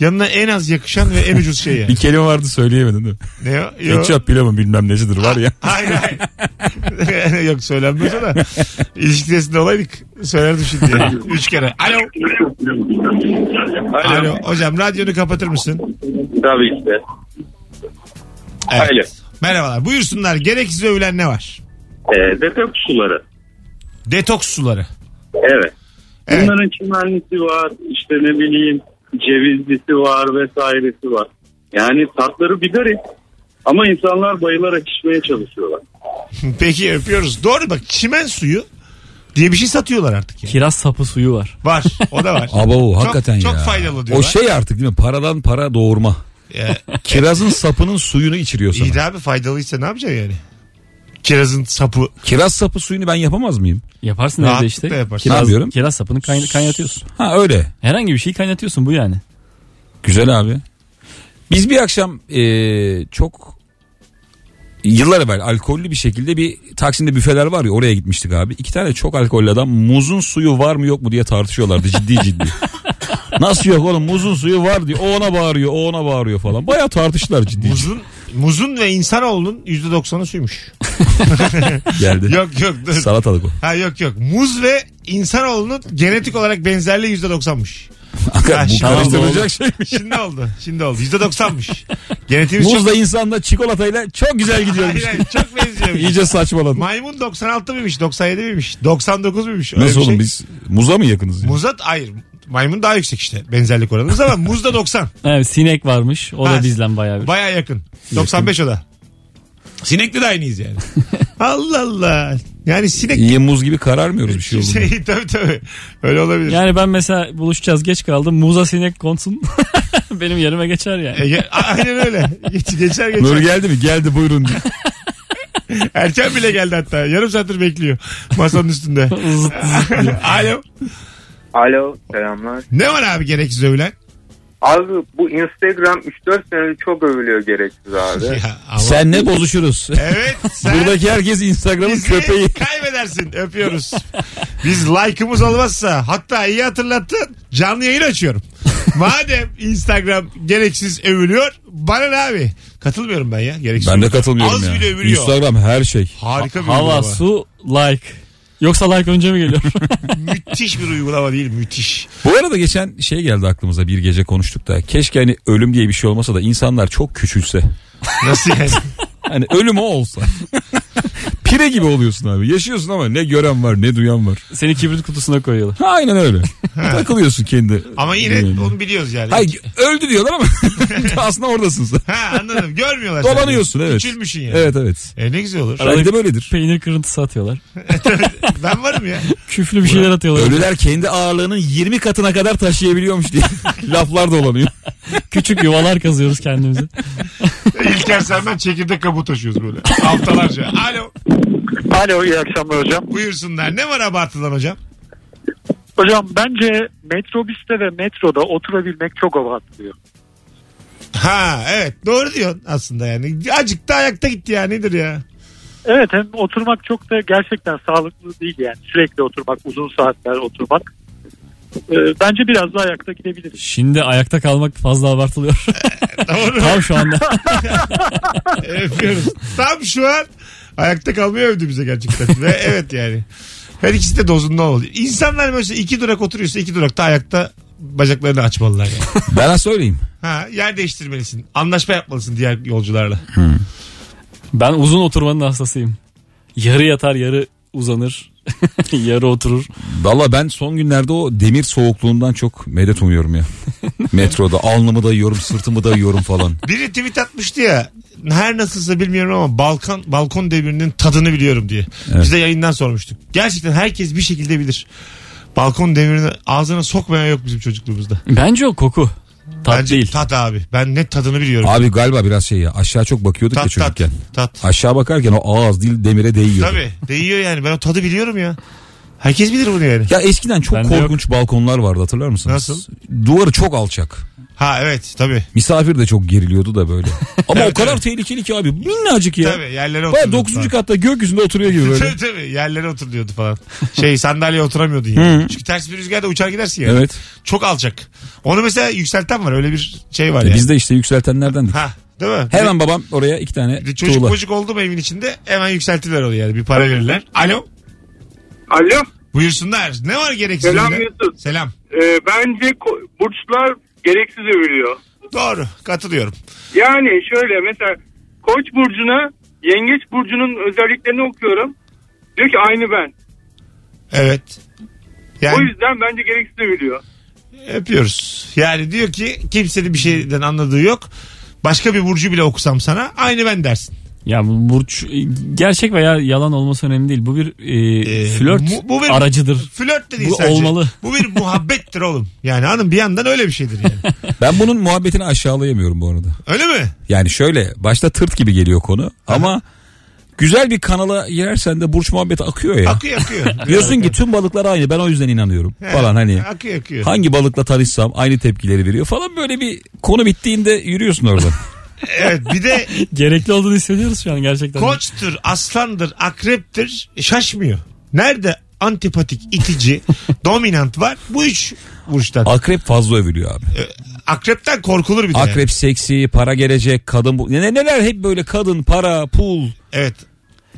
Speaker 2: yanına en az yakışan ve en ucuz şey yani.
Speaker 3: Bir kelime vardı söyleyemedin değil mi?
Speaker 2: ne o? Yok.
Speaker 3: Ketçap pilavın bilmem nesidir var ya.
Speaker 2: Hayır hayır. Yok söylenmez o da. İlişkidesinde olaydık. Söylerdim şimdi. yani. Üç kere. Alo.
Speaker 5: Alo.
Speaker 2: Alo. Hocam radyonu kapatır mısın?
Speaker 5: Tabii işte.
Speaker 2: Evet.
Speaker 5: Alo.
Speaker 2: Merhabalar. Buyursunlar. Gereksiz övülen ne var?
Speaker 5: Ee, depo suları.
Speaker 2: Detoks suları.
Speaker 5: Evet.
Speaker 2: Evet.
Speaker 5: Bunların çimenlisi var. işte ne bileyim cevizlisi var vesairesi var. Yani tatları bir garip. Ama insanlar bayılarak içmeye çalışıyorlar.
Speaker 2: Peki öpüyoruz. Doğru bak çimen suyu diye bir şey satıyorlar artık. Yani.
Speaker 4: Kiraz sapı suyu var.
Speaker 2: Var. O da var.
Speaker 3: Abo
Speaker 2: Çok-
Speaker 3: hakikaten
Speaker 2: çok
Speaker 3: ya.
Speaker 2: faydalı
Speaker 3: O
Speaker 2: diyorlar.
Speaker 3: şey artık değil mi? Paradan para doğurma.
Speaker 2: Ya,
Speaker 3: Kirazın sapının suyunu içiriyor sana.
Speaker 2: iyi de abi faydalıysa ne yapacaksın yani? Kirazın sapı.
Speaker 3: Kiraz sapı suyunu ben yapamaz mıyım?
Speaker 4: Yaparsın evde
Speaker 2: Rahatlıkla
Speaker 4: işte.
Speaker 2: yaparsın.
Speaker 3: Ne
Speaker 4: Kiraz,
Speaker 3: yapıyorum?
Speaker 4: kiraz sapını kayn- kaynatıyorsun.
Speaker 3: Ha öyle.
Speaker 4: Herhangi bir şeyi kaynatıyorsun bu yani.
Speaker 3: Güzel abi. Biz bir akşam eee, çok yıllar evvel alkollü bir şekilde bir Taksim'de büfeler var ya oraya gitmiştik abi. İki tane çok alkollü adam muzun suyu var mı yok mu diye tartışıyorlardı ciddi ciddi. Nasıl yok oğlum muzun suyu var diyor. O ona bağırıyor o ona bağırıyor falan. Baya tartıştılar ciddi ciddi
Speaker 2: Muzun, muzun ve insanoğlunun %90'ı suymuş.
Speaker 3: geldi.
Speaker 2: Yok yok dur.
Speaker 3: Salatalık o.
Speaker 2: Ha yok yok. Muz ve insanoğlunun genetik olarak benzerliği %90'mış.
Speaker 3: Aga, bu
Speaker 2: Tamam,
Speaker 3: karıştırılacak şey. şeymiş.
Speaker 2: Şimdi oldu. Şimdi oldu. %90'mış. Genetiğimiz çok...
Speaker 3: Muz da insanda çikolatayla çok güzel gidiyormuş.
Speaker 2: Hayır, hayır, çok benziyormuş.
Speaker 3: İyice saçmaladım.
Speaker 2: Maymun 96 mıymış? 97 miymiş? 99 muymuş? Öyle
Speaker 3: Nasıl
Speaker 2: bir
Speaker 3: oğlum
Speaker 2: şey.
Speaker 3: biz muza mı yakınız? yani?
Speaker 2: Muzat hayır. Maymun daha yüksek işte benzerlik oranımız ama muz da 90.
Speaker 4: Evet, sinek varmış. O
Speaker 2: Ha,
Speaker 4: da bizden bayağı bir.
Speaker 2: Baya yakın. 95 o da. Sinekle de aynıyız yani. Allah Allah. Yani sinek
Speaker 3: İyi muz gibi kararmıyoruz bir şey olur. mu?
Speaker 2: şey tabii tabii. Öyle olabilir.
Speaker 4: Yani ben mesela buluşacağız geç kaldım. Muza sinek konsun. Benim yerime geçer yani.
Speaker 2: Ege- E, A- aynen öyle. Geç, geçer geçer.
Speaker 3: Nur geldi mi? Geldi buyurun. diye.
Speaker 2: Erken bile geldi hatta. Yarım saattir bekliyor. Masanın üstünde.
Speaker 4: Zıt zıt.
Speaker 2: Alo.
Speaker 6: Alo selamlar.
Speaker 2: Ne var abi gereksiz övülen?
Speaker 6: Abi bu Instagram 3-4 senedir çok övülüyor gereksiz abi.
Speaker 2: Ya, ama-
Speaker 3: Sen ne bozuşuruz?
Speaker 2: Evet sen
Speaker 3: Buradaki herkes Instagram'ın
Speaker 2: bizi
Speaker 3: köpeği.
Speaker 2: kaybedersin. Öpüyoruz. Biz like'ımız olmazsa hatta iyi hatırlattın canlı yayın açıyorum. Madem Instagram gereksiz övülüyor bana ne abi? Katılmıyorum ben ya gereksiz.
Speaker 3: Ben de
Speaker 2: övülüyor.
Speaker 3: katılmıyorum
Speaker 2: Az
Speaker 3: ya.
Speaker 2: bile övülüyor.
Speaker 3: Instagram her şey.
Speaker 2: Harika bir
Speaker 4: Hava,
Speaker 2: uygulama.
Speaker 4: su, like. Yoksa like önce mi geliyor?
Speaker 2: Müthiş bir uygulama değil müthiş.
Speaker 3: Bu arada geçen şey geldi aklımıza bir gece konuştuk da. Keşke hani ölüm diye bir şey olmasa da insanlar çok küçülse.
Speaker 2: Nasıl yani?
Speaker 3: Hani ölüm o olsa. Pire gibi oluyorsun abi. Yaşıyorsun ama ne gören var ne duyan var.
Speaker 4: Seni kibrit kutusuna koyuyorlar.
Speaker 3: Ha, Aynen öyle. Takılıyorsun kendi.
Speaker 2: Ama yine onu biliyoruz yani.
Speaker 3: Hayır öldü diyorlar ama aslında oradasın sen.
Speaker 2: Ha anladım görmüyorlar. seni.
Speaker 3: Dolanıyorsun evet.
Speaker 2: Küçülmüşsün yani.
Speaker 3: Evet evet.
Speaker 2: E ne güzel olur.
Speaker 3: Belki de böyledir.
Speaker 4: Peynir kırıntısı atıyorlar.
Speaker 2: Ben varım ya.
Speaker 4: Küflü bir şeyler atıyorlar.
Speaker 3: Ölüler kendi ağırlığının 20 katına kadar taşıyabiliyormuş diye laflar dolanıyor.
Speaker 4: Küçük yuvalar kazıyoruz kendimize.
Speaker 2: İlker sen ben çekirdek kabuğu taşıyoruz böyle. Haftalarca. Alo.
Speaker 7: Alo iyi akşamlar hocam.
Speaker 2: Buyursunlar. Ne var abartılan hocam?
Speaker 7: Hocam bence metrobüste ve metroda oturabilmek çok abartılıyor.
Speaker 2: Ha evet doğru diyorsun aslında yani. Acık da ayakta gitti ya nedir ya?
Speaker 7: Evet hem oturmak çok da gerçekten sağlıklı değil yani. Sürekli oturmak, uzun saatler oturmak. e, bence biraz daha ayakta gidebiliriz.
Speaker 4: Şimdi ayakta kalmak fazla abartılıyor.
Speaker 2: Doğru.
Speaker 4: Tam şu anda.
Speaker 2: Öpüyoruz. Tam şu an ayakta kalmayı övdü bize gerçekten. Ve evet yani. Her ikisi de dozunda oldu. İnsanlar mesela iki durak oturuyorsa iki durakta ayakta bacaklarını açmalılar yani.
Speaker 3: Ben az söyleyeyim.
Speaker 2: Ha, yer değiştirmelisin. Anlaşma yapmalısın diğer yolcularla.
Speaker 4: Ben uzun oturmanın hastasıyım. Yarı yatar yarı uzanır. yarı oturur.
Speaker 3: Valla ben son günlerde o demir soğukluğundan çok medet umuyorum ya. Metroda alnımı dayıyorum sırtımı dayıyorum falan.
Speaker 2: Biri tweet atmıştı ya. Her nasılsa bilmiyorum ama Balkan balkon devrinin tadını biliyorum diye. Biz de yayından sormuştuk. Gerçekten herkes bir şekilde bilir. Balkon devrini ağzına sokmayan yok bizim çocukluğumuzda.
Speaker 4: Bence o koku. Tat
Speaker 2: Bence
Speaker 4: değil.
Speaker 2: Tat abi. Ben net tadını biliyorum.
Speaker 3: Abi galiba biraz şey ya aşağı çok bakıyorduk ya
Speaker 2: tat tat.
Speaker 3: çocukken.
Speaker 2: Tat.
Speaker 3: Aşağı bakarken o ağız dil demire değiyor.
Speaker 2: Tabii değiyor yani. Ben o tadı biliyorum ya. Herkes bilir bunu yani.
Speaker 3: Ya eskiden çok
Speaker 4: Bende
Speaker 3: korkunç balkonlar vardı hatırlar mısınız?
Speaker 2: Nasıl?
Speaker 3: Duvarı çok alçak.
Speaker 2: Ha evet tabii.
Speaker 3: Misafir de çok geriliyordu da böyle. Ama o kadar tehlikeli ki abi minnacık ya.
Speaker 2: Tabii yerlere
Speaker 3: Baya
Speaker 2: oturuyordu.
Speaker 3: 9.
Speaker 2: falan.
Speaker 3: katta gökyüzünde oturuyor gibi böyle.
Speaker 2: Tabii tabii yerlere oturuyordu falan. Şey sandalyeye oturamıyordun yani. Çünkü ters bir rüzgarda uçar gidersin yani.
Speaker 3: evet.
Speaker 2: Çok alçak. Onu mesela yükselten var öyle bir şey var
Speaker 3: E
Speaker 2: yani.
Speaker 3: biz de işte yükseltenlerdendik.
Speaker 2: Ha değil mi?
Speaker 3: Hemen babam oraya iki tane
Speaker 2: Bir de çocuk
Speaker 3: tuğla.
Speaker 2: çocuk oldu mu evin içinde hemen yükseltiler onu yani bir para verirler. Alo
Speaker 5: Alo.
Speaker 2: buyursunlar. Ne var gereksiz?
Speaker 5: Selam
Speaker 2: yine?
Speaker 5: Mesut.
Speaker 2: Selam.
Speaker 5: Ee, bence ko- burçlar gereksiz övülüyor.
Speaker 2: Doğru katılıyorum.
Speaker 5: Yani şöyle mesela Koç burcuna Yengeç burcunun özelliklerini okuyorum. Diyor ki aynı ben.
Speaker 2: Evet.
Speaker 5: O
Speaker 2: Yani
Speaker 5: yüzden bence gereksiz övülüyor.
Speaker 2: öpüyoruz. Yani diyor ki kimsenin bir şeyden anladığı yok. Başka bir burcu bile okusam sana aynı ben dersin.
Speaker 4: Ya bu burç gerçek veya yalan olması önemli değil. Bu bir e,
Speaker 2: Ee,
Speaker 4: flört
Speaker 2: bu- bu bir-
Speaker 4: aracıdır.
Speaker 2: Flört de değil
Speaker 4: Bu
Speaker 2: sadece.
Speaker 4: olmalı.
Speaker 2: Bu bir muhabbettir oğlum. Yani hanım bir yandan öyle bir şeydir yani.
Speaker 3: Ben bunun muhabbetini aşağılayamıyorum bu arada.
Speaker 2: Öyle mi?
Speaker 3: Yani şöyle başta tırt gibi geliyor konu ama güzel bir kanala girersen de burç muhabbeti akıyor ya.
Speaker 2: Akıyor akıyor.
Speaker 3: Diyorsun ki tüm balıklar aynı ben o yüzden inanıyorum
Speaker 2: He,
Speaker 3: falan hani.
Speaker 2: Akıyor akıyor.
Speaker 3: Hangi balıkla tanışsam aynı tepkileri veriyor falan böyle bir konu bittiğinde yürüyorsun oradan.
Speaker 2: Evet bir de
Speaker 4: Gerekli olduğunu hissediyoruz şu an gerçekten.
Speaker 2: koçtur, aslandır, akreptir e, şaşmıyor. Nerede antipatik, itici, dominant var? Bu üç burçtan.
Speaker 3: Akrep fazla övülüyor abi.
Speaker 2: Akrepten korkulur bir de. yani.
Speaker 3: Akrep seksi, para gelecek, kadın bu. Ne, neler hep böyle kadın, para, pul.
Speaker 2: Evet.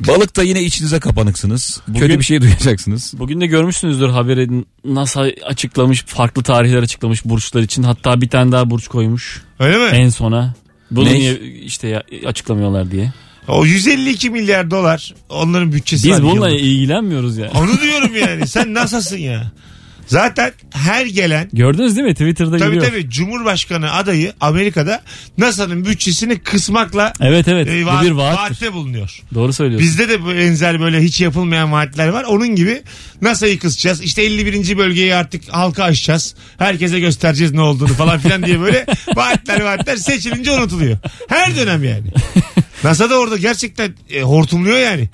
Speaker 3: Balıkta yine içinize kapanıksınız. Kötü
Speaker 4: Bugün-
Speaker 3: bir şey duyacaksınız.
Speaker 4: Bugün de görmüşsünüzdür haberi NASA açıklamış farklı tarihler açıklamış burçlar için. Hatta bir tane daha burç koymuş
Speaker 2: Öyle mi?
Speaker 4: en sona. Bunu
Speaker 3: Ne?
Speaker 4: niye işte ya- açıklamıyorlar diye.
Speaker 2: O 152 milyar dolar onların bütçesi var
Speaker 4: Biz
Speaker 2: bir
Speaker 4: bununla
Speaker 2: yılda.
Speaker 4: ilgilenmiyoruz yani.
Speaker 2: Onu diyorum yani. Sen NASA'sın ya. Zaten her gelen
Speaker 4: Gördünüz değil mi? Twitter'da
Speaker 2: tabii
Speaker 4: geliyor.
Speaker 2: tabii Cumhurbaşkanı adayı Amerika'da NASA'nın bütçesini kısmakla
Speaker 4: Evet evet.
Speaker 2: e,
Speaker 4: bu
Speaker 2: vaat-
Speaker 4: bir vaattir.
Speaker 2: vaatte bulunuyor.
Speaker 4: Doğru söylüyorsun.
Speaker 2: Bizde de benzer böyle hiç yapılmayan vaatler var. Onun gibi NASA'yı kısacağız. İşte 51. bölgeyi artık halka açacağız. Herkese göstereceğiz ne olduğunu falan filan diye böyle vaatler vaatler seçilince unutuluyor. Her dönem yani. NASA da orada gerçekten e, hortumluyor yani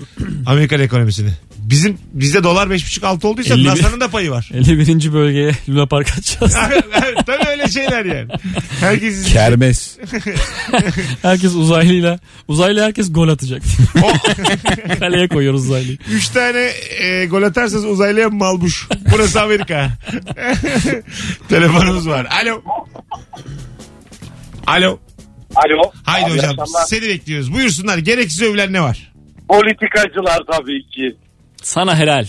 Speaker 2: Amerikan ekonomisini. Bizim bizde dolar 5,5-6 olduysa
Speaker 4: 51
Speaker 2: NASA'nın da payı var.
Speaker 4: 51. bölgeye Luna Park açacağız.
Speaker 2: Evet, Tabii öyle şeyler yani. Herkesin
Speaker 3: Kermes.
Speaker 4: Herkes uzaylıyla. Uzaylı herkes gol atacak.
Speaker 2: O-
Speaker 4: Kaleye koyuyoruz uzaylıyı.
Speaker 2: Üç tane e, gol atarsanız uzaylıya malbuş. Burası Amerika. Telefonumuz var. Alo. Alo.
Speaker 5: Alo.
Speaker 2: Haydi hocam seni bekliyoruz. Buyursunlar. Gereksiz övülen ne var?
Speaker 5: Politikacılar tabii ki.
Speaker 4: Sana helal.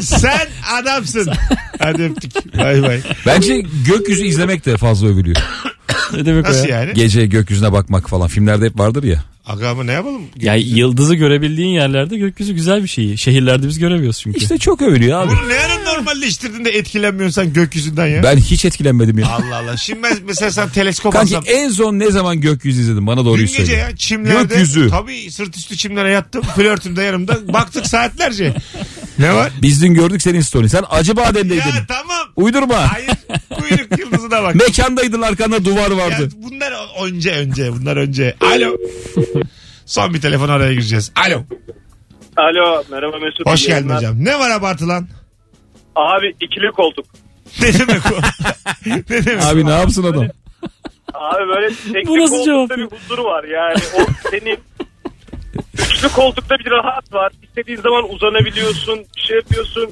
Speaker 2: Sen adamsın. Hadi öptük. Bay bay.
Speaker 3: Bence gökyüzü izlemek de fazla övülüyor.
Speaker 4: Ne demek o
Speaker 2: Nasıl
Speaker 4: ya?
Speaker 2: yani?
Speaker 3: Gece gökyüzüne bakmak falan filmlerde hep vardır ya.
Speaker 2: Agamı ne yapalım?
Speaker 4: Ya yıldızı görebildiğin yerlerde gökyüzü güzel bir şey. Şehirlerde biz göremiyoruz çünkü.
Speaker 3: İşte çok övülüyor abi.
Speaker 2: Bunu ne ara normalleştirdin de etkilenmiyorsan gökyüzünden ya?
Speaker 3: Ben hiç etkilenmedim ya.
Speaker 2: Allah Allah. Şimdi ben mesela sen teleskop
Speaker 3: Kanki
Speaker 2: alsam.
Speaker 3: en son ne zaman gökyüzü izledim bana doğruyu
Speaker 2: Dün gece
Speaker 3: söyle.
Speaker 2: ya çimlerde.
Speaker 3: Gökyüzü.
Speaker 2: Tabii sırt üstü çimlere yattım. Flörtüm de yanımda. Baktık saatlerce. Ne var?
Speaker 3: Biz dün gördük senin story. Sen acı badendeydin.
Speaker 2: Ya tamam.
Speaker 3: Uydurma.
Speaker 2: Hayır. Kuyruk yıldızına bak.
Speaker 3: Mekandaydın arkanda duvar
Speaker 2: Ya
Speaker 3: vardı.
Speaker 2: bunlar önce önce. Bunlar önce. Alo. Son bir telefon araya gireceğiz. Alo.
Speaker 5: Alo merhaba Mesut.
Speaker 2: Hoş
Speaker 5: İyi
Speaker 2: geldin
Speaker 5: yayınlar.
Speaker 2: hocam. Ne var abartılan?
Speaker 5: Abi ikili koltuk.
Speaker 2: Ne demek o? ne demek?
Speaker 3: Abi ne yapsın adam?
Speaker 5: Abi böyle tekli
Speaker 4: Bu nasıl
Speaker 5: koltukta
Speaker 4: cevap ya?
Speaker 5: bir huzur var yani. O senin üç
Speaker 8: üçlü koltukta bir rahat var. İstediğin zaman uzanabiliyorsun, bir şey yapıyorsun.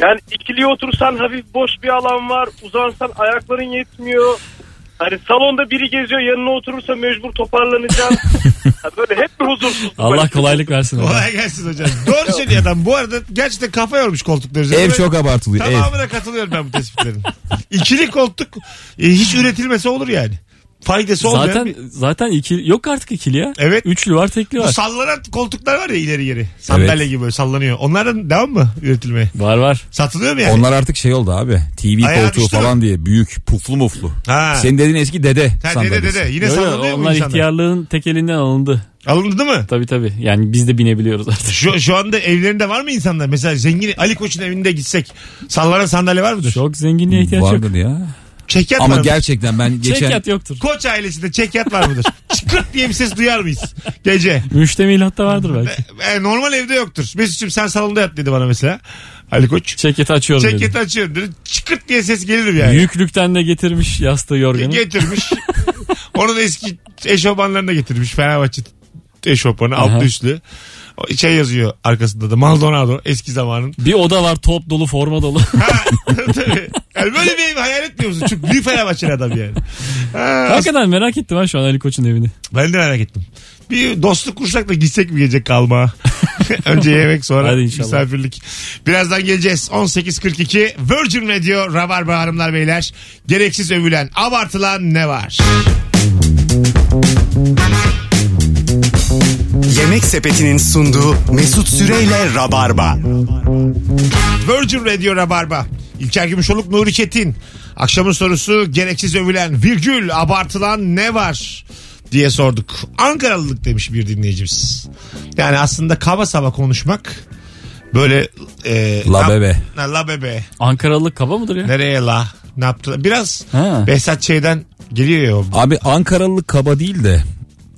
Speaker 8: Yani ikiliye otursan hafif boş bir alan var. Uzansan ayakların yetmiyor. Hani salonda biri geziyor yanına oturursa mecbur toparlanacaksın. Ya böyle hep bir huzursuzluk.
Speaker 4: Allah
Speaker 8: Böyle-
Speaker 4: kolaylık versin. ona.
Speaker 2: Kolay gelsin hocam. Doğru söylüyor adam. Bu arada gerçekten kafa yormuş koltuklar üzerine.
Speaker 3: Ev
Speaker 2: Ben
Speaker 3: çok abartılıyor. Ev.
Speaker 2: Tamamına katılıyorum ben bu tespitlerin. İkili koltuk e, hiç üretilmese olur yani. Faydası olmayan
Speaker 4: Zaten
Speaker 2: bir-
Speaker 4: zaten ikili yok artık ikili ya.
Speaker 2: Evet.
Speaker 4: Üçlü var, tekli
Speaker 2: Bu
Speaker 4: var.
Speaker 2: sallanan koltuklar var ya ileri geri. Sandalye gibi böyle sallanıyor. Onlardan devam mı üretilmeye?
Speaker 4: Var var.
Speaker 2: Satılıyor mu yani?
Speaker 3: Onlar artık şey oldu abi. TV
Speaker 2: Ayağa
Speaker 3: koltuğu
Speaker 2: düştü mü?
Speaker 3: falan diye büyük puflu muflu.
Speaker 2: Ha.
Speaker 3: Senin dediğin eski dede
Speaker 2: Ha, dede
Speaker 3: sandalyesi.
Speaker 2: dede. Yine
Speaker 4: Yo, yo,
Speaker 2: sallanıyor mu
Speaker 4: onlar
Speaker 2: insanlar?
Speaker 4: ihtiyarlığın tekelinden alındı.
Speaker 2: Alındı mı?
Speaker 4: Tabii tabii. Yani biz de binebiliyoruz artık.
Speaker 2: Şu, şu anda evlerinde var mı insanlar? Mesela zengin Ali Koç'un evinde gitsek sallanan sandalye var mıdır?
Speaker 4: Çok zenginliğe ihtiyaç yok.
Speaker 3: Vardır ya.
Speaker 2: Çekyat var
Speaker 3: Ama
Speaker 2: mıdır?
Speaker 3: gerçekten ben geçen
Speaker 4: Çekyat yoktur.
Speaker 2: Koç ailesinde çekyat var mıdır? Çıkırt diye bir ses duyar mıyız? Gece.
Speaker 4: Müştemil hatta vardır belki.
Speaker 2: E, normal evde yoktur. Mesut'cum sen salonda yat dedi bana mesela. Ali Koç.
Speaker 4: Çekyatı açıyorum
Speaker 2: Çekyat
Speaker 4: dedi.
Speaker 2: açıyorum dedi. Çıkırt diye ses gelirim yani. E,
Speaker 4: Yüklükten de getirmiş yastığı yorganı.
Speaker 2: Getirmiş. Onun eski eşofmanlarını da getirmiş. Fenerbahçe eşofmanı
Speaker 4: Aha.
Speaker 2: altlı üstlü. O Şey yazıyor arkasında da Maldonado eski zamanın.
Speaker 4: Bir oda var top dolu forma dolu.
Speaker 2: Ha, tabii. yani böyle bir ev hayal etmiyor musun? Çünkü büyük Fenerbahçeli adam yani. Ha,
Speaker 4: Hakikaten merak ettim ha şu an Ali Koç'un evini.
Speaker 2: ben de merak ettim. Bir dostluk kursak da gitsek mi gece kalma? Önce yemek sonra
Speaker 4: Hadi inşallah.
Speaker 2: misafirlik. Birazdan geleceğiz. 18.42 Virgin Radio Rabarba Hanımlar Beyler. Gereksiz övülen, abartılan ne var?
Speaker 1: Yemek Sepeti'nin sunduğu Mesut Süreyle Rabarba.
Speaker 2: Virgin Radio Rabarba. İlker Gümüşoluk, Nuri Çetin. Akşamın sorusu gereksiz övülen, virgül, abartılan ne var? diye sorduk. Ankaralılık demiş bir dinleyicimiz. Yani aslında kaba saba konuşmak böyle... E,
Speaker 3: La
Speaker 2: nap-
Speaker 3: bebe.
Speaker 2: Ha, la bebe.
Speaker 4: Ankaralılık kaba mıdır ya?
Speaker 2: Nereye la? Ne yaptı? Biraz
Speaker 4: Ha.
Speaker 2: Behzat Ç'den geliyor ya o.
Speaker 3: Abi Ankaralılık kaba değil de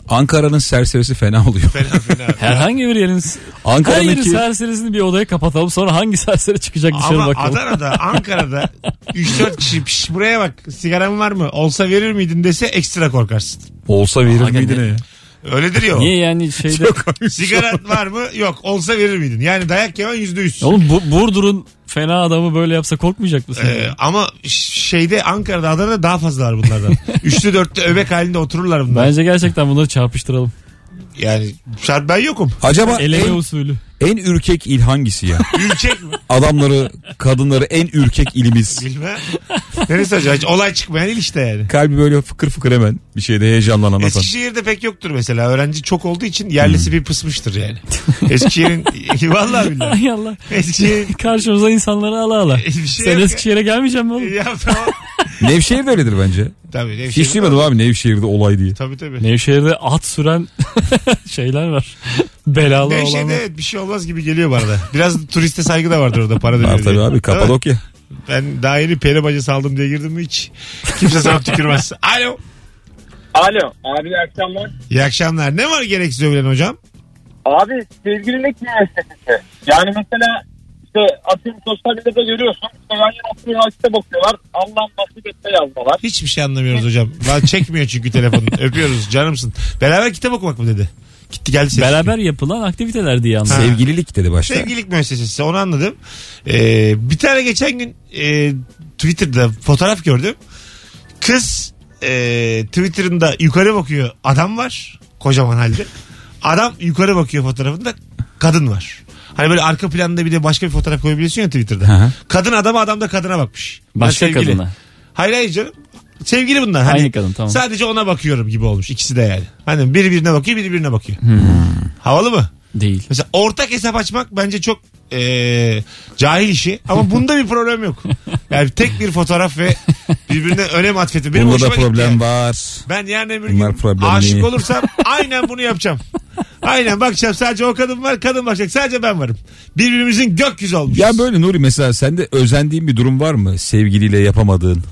Speaker 3: Ankara'nın serserisi fena oluyor.
Speaker 2: Fena fena.
Speaker 4: Herhangi bir yerin her yerin
Speaker 3: Ankara'nınki
Speaker 4: serserisini bir odaya kapatalım sonra hangi serseri çıkacak dışarı
Speaker 2: Ama
Speaker 4: bakalım.
Speaker 2: Adana'da, Ankara'da 3-4 kişi "Piş, buraya bak sigaram var mı? Olsa verir miydin dese ekstra korkarsın.
Speaker 3: olsa verir miydin?
Speaker 4: ne?
Speaker 2: Öyledir ya o.
Speaker 4: Niye yani şeyde
Speaker 2: Sigaran var mı? Yok. Olsa verir miydin? Yani dayak yemen yüzde yüz.
Speaker 4: Oğlum bu, Burdur'un fena adamı böyle yapsa korkmayacak mısın?
Speaker 2: Ee, ama ş- şeyde Ankara'da Adana'da daha fazla var bunlardan. Üçlü dörtlü öbek halinde otururlar bunlar.
Speaker 4: Bence gerçekten bunları çarpıştıralım.
Speaker 2: Yani şart ben yokum.
Speaker 3: Acaba
Speaker 4: Eleme
Speaker 3: en,
Speaker 4: usulü.
Speaker 3: en ürkek il hangisi ya?
Speaker 2: Ülkek mi?
Speaker 3: Adamları, kadınları en ürkek ilimiz.
Speaker 2: Bilmem. Neresi acaba? Hiç olay çıkmayan il işte yani.
Speaker 3: Kalbi böyle fıkır fıkır hemen bir şeyde heyecanlanan adam.
Speaker 2: Eskişehir'de pek yoktur mesela. Öğrenci çok olduğu için yerlisi bir pısmıştır yani. Eskişehir'in vallahi billahi.
Speaker 4: Ay Allah.
Speaker 2: Eskişehir'in
Speaker 4: Karşımıza insanları ala ala.
Speaker 2: bir şey
Speaker 4: Sen
Speaker 2: yok. Ee,
Speaker 4: Eskişehir'e gelmeyeceksin mi oğlum?
Speaker 2: ya. Ya tamam.
Speaker 3: Nevşehir de öyledir bence.
Speaker 2: Tabii. ne
Speaker 3: Hiç
Speaker 2: şey-
Speaker 3: duymadım abi Nevşehir'de olay diye.
Speaker 2: Tabii tabii.
Speaker 4: Nevşehir'de at süren şeyler var. Belalı
Speaker 2: Nevşehir'de
Speaker 4: olanlar.
Speaker 2: evet, bir şey olmaz gibi geliyor bana da. Biraz turiste saygı da vardır orada para
Speaker 3: Var
Speaker 2: dönüyor
Speaker 3: tabii
Speaker 2: diye.
Speaker 3: abi
Speaker 2: Değil mi?
Speaker 3: Kapadokya.
Speaker 2: Ben daha yeni peri bacası aldım diye girdim mi hiç? Kimse sana tükürmez. Alo.
Speaker 5: Alo abi iyi akşamlar.
Speaker 2: İyi akşamlar. Ne var gereksiz övülen hocam?
Speaker 5: Abi sevgililik müessesesi. Yani mesela işte atıyorum sosyal medyada görüyorsun. İşte yan yana oturuyor açta bakıyorlar. Allah'ım nasip etse yazmalar.
Speaker 2: Hiçbir şey anlamıyoruz hocam. Ben çekmiyor çünkü telefonu. Öpüyoruz canımsın. Beraber kitap okumak mı dedi? Gitti geldi ses.
Speaker 4: Beraber yapılan aktiviteler diye anladım.
Speaker 3: Sevgililik dedi başta.
Speaker 2: Sevgililik müessesesi onu anladım. Ee, bir tane geçen gün e, Twitter'da fotoğraf gördüm. Kız e, Twitter'ında yukarı bakıyor adam var kocaman halde. Adam yukarı bakıyor fotoğrafında kadın var. Hani böyle arka planda bir de başka bir fotoğraf koyabiliyorsun ya Twitter'da.
Speaker 3: Hı hı.
Speaker 2: Kadın adama adam da kadına bakmış. Bunlar
Speaker 4: Başka
Speaker 2: sevgili.
Speaker 4: kadına.
Speaker 2: Hayır hayır canım. Sevgili bunlar. Hani
Speaker 4: Aynı kadın, tamam.
Speaker 2: Sadece ona bakıyorum gibi olmuş ikisi de yani. Hani biri birine bakıyor biri birine bakıyor.
Speaker 4: Hmm.
Speaker 2: Havalı mı?
Speaker 4: Değil.
Speaker 2: Mesela ortak hesap açmak bence çok eee, cahil işi ama bunda bir problem yok. Yani tek bir fotoğraf ve birbirine önem atfeti. Benim
Speaker 3: Bunda da
Speaker 2: hoşuma gitti
Speaker 3: problem
Speaker 2: yani.
Speaker 3: var.
Speaker 2: Ben yarın öbür
Speaker 3: Bunlar
Speaker 2: gün
Speaker 3: problem
Speaker 2: aşık
Speaker 3: değil.
Speaker 2: olursam aynen bunu yapacağım. Aynen bakacağım sadece o kadın var kadın bakacak sadece ben varım. Birbirimizin gökyüzü olmuşuz.
Speaker 3: Ya böyle Nuri mesela sende özendiğin bir durum var mı? Sevgiliyle yapamadığın.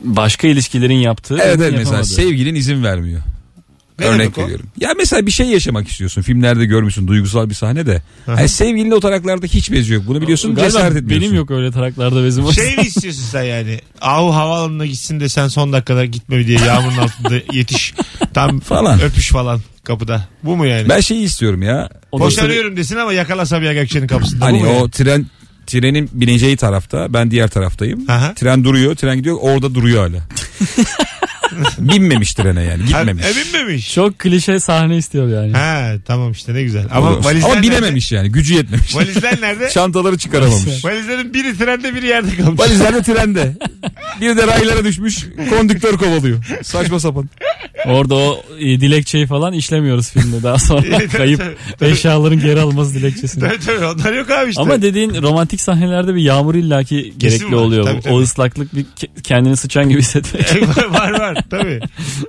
Speaker 4: Başka ilişkilerin yaptığı.
Speaker 3: Evet
Speaker 4: onun
Speaker 3: evet mesela şey
Speaker 4: yapamadığı.
Speaker 3: sevgilin izin vermiyor.
Speaker 2: Ne demek
Speaker 3: Örnek
Speaker 2: o?
Speaker 3: veriyorum. Ya mesela bir şey yaşamak istiyorsun. Filmlerde görmüşsün duygusal bir sahne de. Yani sevgilinle o taraklarda hiç bezi yok. Bunu biliyorsun
Speaker 4: Galiba
Speaker 3: cesaret etmiyorsun.
Speaker 4: Benim yok öyle taraklarda bezim var.
Speaker 2: Şey mi istiyorsun sen yani? Ahu havaalanına gitsin de sen son dakikalar gitme diye yağmurun altında yetiş. Tam
Speaker 3: Falan.
Speaker 2: öpüş falan. kapıda. Bu mu yani?
Speaker 3: Ben şeyi istiyorum ya.
Speaker 2: Boşanıyorum desin ama yakala Sabiha Gökçen'in kapısında.
Speaker 3: Hani
Speaker 2: bu mu yani?
Speaker 3: o tren trenin bineceği tarafta ben diğer taraftayım.
Speaker 2: Aha.
Speaker 3: Tren duruyor tren gidiyor orada duruyor hala. Binmemiş trene yani
Speaker 2: Ha,
Speaker 3: gitmemiş.
Speaker 2: e, binmemiş.
Speaker 4: Çok klişe sahne istiyor yani.
Speaker 2: Ha tamam işte ne güzel. Ama valizler
Speaker 3: Ama
Speaker 2: nerede?
Speaker 3: binememiş yani gücü yetmemiş.
Speaker 2: Valizler nerede?
Speaker 3: Çantaları çıkaramamış.
Speaker 2: Valizlerin biri trende biri yerde kalmış.
Speaker 3: Valizler de trende. Biri de raylara düşmüş. Kondüktör kovalıyor. Saçma sapan.
Speaker 4: Orada o e, dilekçeyi falan işlemiyoruz filmde daha sonra. Kayıp eşyaların geri alınması dilekçesini.
Speaker 2: Tabii tabii onlar yok abi işte.
Speaker 4: Ama dediğin romantik sahnelerde bir yağmur illaki gerekli
Speaker 2: var,
Speaker 4: oluyor.
Speaker 2: tabii, tabii.
Speaker 4: O ıslaklık bir ke- kendini sıçan gibi hissetmek.
Speaker 2: var var tabii.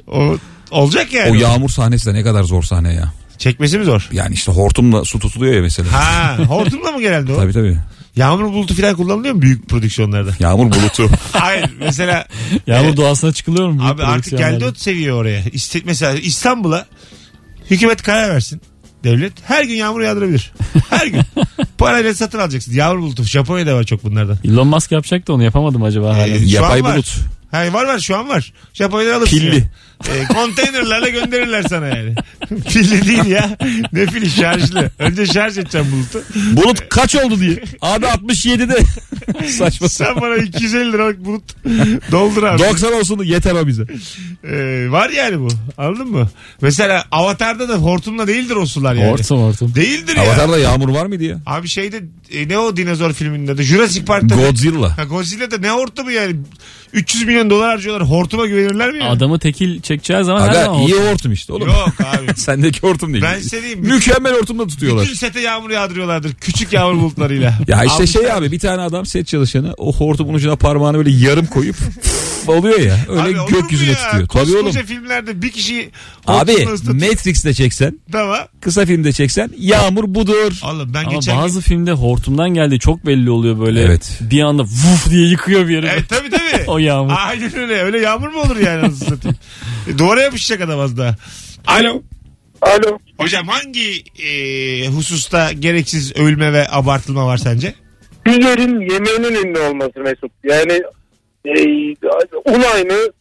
Speaker 2: O, olacak yani.
Speaker 3: O yağmur sahnesi de ne kadar zor sahne ya.
Speaker 2: Çekmesi mi zor?
Speaker 3: Yani işte hortumla su tutuluyor ya mesela.
Speaker 2: Ha hortumla mı genelde o?
Speaker 3: Tabii tabii.
Speaker 2: Yağmur bulutu falan kullanılıyor mu büyük prodüksiyonlarda?
Speaker 3: Yağmur bulutu.
Speaker 2: Hayır mesela
Speaker 4: Yağmur doğasına çıkılıyor mu? büyük
Speaker 2: abi artık geldi o
Speaker 4: prodüksiyonlarda?
Speaker 2: seviye oraya. İste, mesela İstanbul'a hükümet karar versin. Devlet her gün yağmur yağdırabilir. Her gün. Parayla satın alacaksın. Yağmur bulutu. Japonya'da var çok bunlardan.
Speaker 4: Elon Musk yapacaktı onu yapamadım acaba hala.
Speaker 2: Ee,
Speaker 3: Yapay
Speaker 2: Şu an var.
Speaker 3: bulut.
Speaker 2: Hayır var var şu an var. Japonya'dan alırsın.
Speaker 3: Pilli.
Speaker 2: yani. Ee, konteynerlerle gönderirler sana yani. Pilli değil ya. Ne pili şarjlı. Önce şarj edeceğim bulutu.
Speaker 3: Bulut kaç oldu diye. Abi 67'de. Saçma
Speaker 2: Sen bana 250 liralık bulut doldur abi.
Speaker 3: 90 olsun yeter o bize.
Speaker 2: Ee, var yani bu. Anladın mı? Mesela Avatar'da da hortumla değildir o sular yani.
Speaker 4: Hortum hortum.
Speaker 2: Değildir ya.
Speaker 3: Avatar'da yağmur var mıydı ya?
Speaker 2: Abi şeyde e, ne o dinozor filminde de Jurassic Park'ta da-
Speaker 3: Godzilla.
Speaker 2: Ha, Godzilla'da ne hortumu yani? 300 milyon dolar harcıyorlar. Hortuma güvenirler mi yani?
Speaker 4: Adamı tekil çekeceği zaman her
Speaker 3: Aga
Speaker 4: zaman
Speaker 3: iyi hortum işte oğlum.
Speaker 2: Yok abi.
Speaker 3: Sendeki hortum değil.
Speaker 2: Ben size diyeyim.
Speaker 3: Mükemmel hortumla tutuyorlar.
Speaker 2: Bütün sete yağmur yağdırıyorlardır. Küçük yağmur bulutlarıyla.
Speaker 3: Ya işte
Speaker 2: Abi,
Speaker 3: şey abi bir tane adam set çalışanı o hortumun ucuna parmağını böyle yarım koyup oluyor ya. Öyle
Speaker 2: abi olur mu
Speaker 3: gökyüzüne
Speaker 2: ya?
Speaker 3: tutuyor. Tabii
Speaker 2: Koskoca
Speaker 3: oğlum.
Speaker 2: filmlerde bir kişi
Speaker 3: Abi
Speaker 2: hortumla ıslatıyor.
Speaker 3: Matrix'te çeksen,
Speaker 2: Tamam.
Speaker 3: kısa filmde çeksen yağmur budur.
Speaker 2: Oğlum ben
Speaker 4: Ama
Speaker 2: geçen
Speaker 4: bazı filmde hortumdan geldiği çok belli oluyor böyle.
Speaker 3: Evet.
Speaker 4: Bir anda vuf diye yıkıyor bir yeri.
Speaker 2: Evet tabii tabii.
Speaker 4: O yağmur.
Speaker 2: Aynen öyle. Öyle yağmur mu olur yani nasıl satayım? E, Duvara yapışacak adam az daha. Alo.
Speaker 5: Alo.
Speaker 2: Hocam hangi e, hususta gereksiz övülme ve abartılma var sence?
Speaker 5: Bir yerin yemeğinin ünlü olması Mesut. Yani e, un aynı,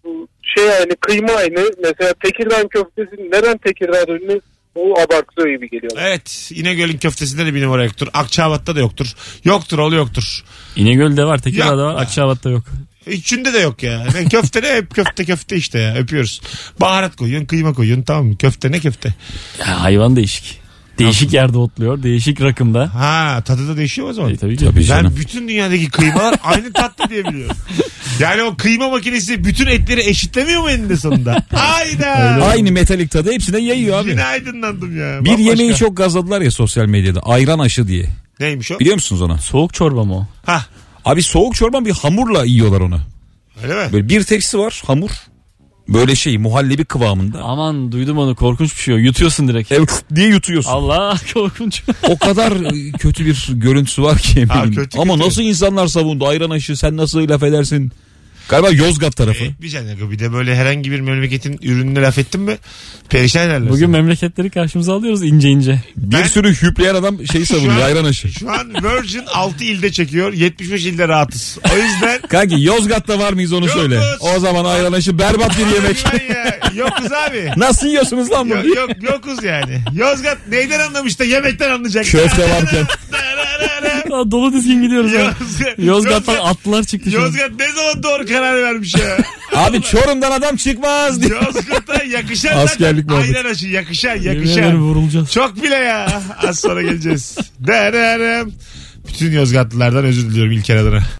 Speaker 5: şey aynı, kıyma aynı. Mesela Tekirdağ köftesi neden Tekirdağ ünlü? Bu abartılıyor gibi geliyor.
Speaker 2: Evet. İnegöl'ün köftesinde de bir numara yoktur. Akçabat'ta da yoktur. Yoktur ol yoktur.
Speaker 4: İnegöl'de var, Tekirdağ'da
Speaker 2: Yok.
Speaker 4: var, Akçabat'ta yok.
Speaker 2: Üçünde de yok ya. Ne köfte ne hep köfte köfte işte ya. Öpüyoruz. Baharat koyuyorsun kıyma koyuyorsun tamam mı? Köfte ne köfte?
Speaker 4: Ya, hayvan değişik. Değişik yerde otluyor, değişik rakımda.
Speaker 2: Ha tadı da değişiyor o zaman.
Speaker 4: E, tabii ki.
Speaker 3: Tabii
Speaker 2: Ben
Speaker 3: canım.
Speaker 2: bütün dünyadaki kıymalar aynı tatlı diye biliyorum. Yani o kıyma makinesi bütün etleri eşitlemiyor mu eninde sonunda? Hayda.
Speaker 3: Aynı metalik tadı hepsine yayıyor abi.
Speaker 2: Yine aydınlandım ya.
Speaker 3: Bir
Speaker 2: Bambaşka.
Speaker 3: yemeği çok gazladılar ya sosyal medyada. Ayran aşı diye.
Speaker 2: Neymiş o?
Speaker 3: Biliyor musunuz ona?
Speaker 4: Soğuk çorba mı o?
Speaker 2: Ha
Speaker 3: Abi soğuk çorba bir hamurla yiyorlar onu.
Speaker 2: öyle mi?
Speaker 3: Böyle bir tepsi var hamur. Böyle şey muhallebi kıvamında.
Speaker 4: Aman duydum onu korkunç bir şey o. Yutuyorsun direkt.
Speaker 3: Evet diye yutuyorsun.
Speaker 4: Allah korkunç.
Speaker 3: O kadar e, kötü bir görüntüsü var ki eminim.
Speaker 2: Abi kötü,
Speaker 3: Ama
Speaker 2: kötü.
Speaker 3: nasıl insanlar savundu ayran aşı sen nasıl laf edersin? Galiba Yozgat tarafı.
Speaker 2: E, bir canlı bir de böyle herhangi bir memleketin ürününe laf ettin mi perişan ederler.
Speaker 4: Bugün
Speaker 2: seni.
Speaker 4: memleketleri karşımıza alıyoruz ince ince.
Speaker 3: bir
Speaker 2: ben-
Speaker 3: sürü hüpleyen adam şeyi savunuyor
Speaker 2: an-
Speaker 3: ayran aşı.
Speaker 2: Şu an Virgin 6 ilde çekiyor 75 ilde rahatız. O yüzden
Speaker 3: Kanki Yozgat'ta var mıyız onu
Speaker 2: Yokuz.
Speaker 3: söyle. O zaman ayran aşı berbat bir yemek.
Speaker 2: Lan ya, yokuz abi.
Speaker 3: nasıl yiyorsunuz lan bunu?
Speaker 2: Yok, yok, yokuz yani. Yozgat neyden anlamış da yemekten anlayacak.
Speaker 3: Köfte varken.
Speaker 4: Aa, Dolu dizgin gidiyoruz. ya.
Speaker 2: Yozgat-
Speaker 4: Yozgat'tan atlar çıktı. şu an.
Speaker 2: Yozgat ne zaman doğru karar vermiş ya?
Speaker 3: Abi Çorum'dan adam çıkmaz diye.
Speaker 2: Yozgat'a yakışan
Speaker 3: Askerlik
Speaker 2: zaten.
Speaker 3: muhabbeti.
Speaker 2: Aynen aşı yakışan
Speaker 4: Yemin ederim
Speaker 2: yakışan.
Speaker 4: vurulacağız.
Speaker 2: Çok bile ya. Az sonra geleceğiz. Derim. Bütün Yozgatlılardan özür diliyorum İlker adına.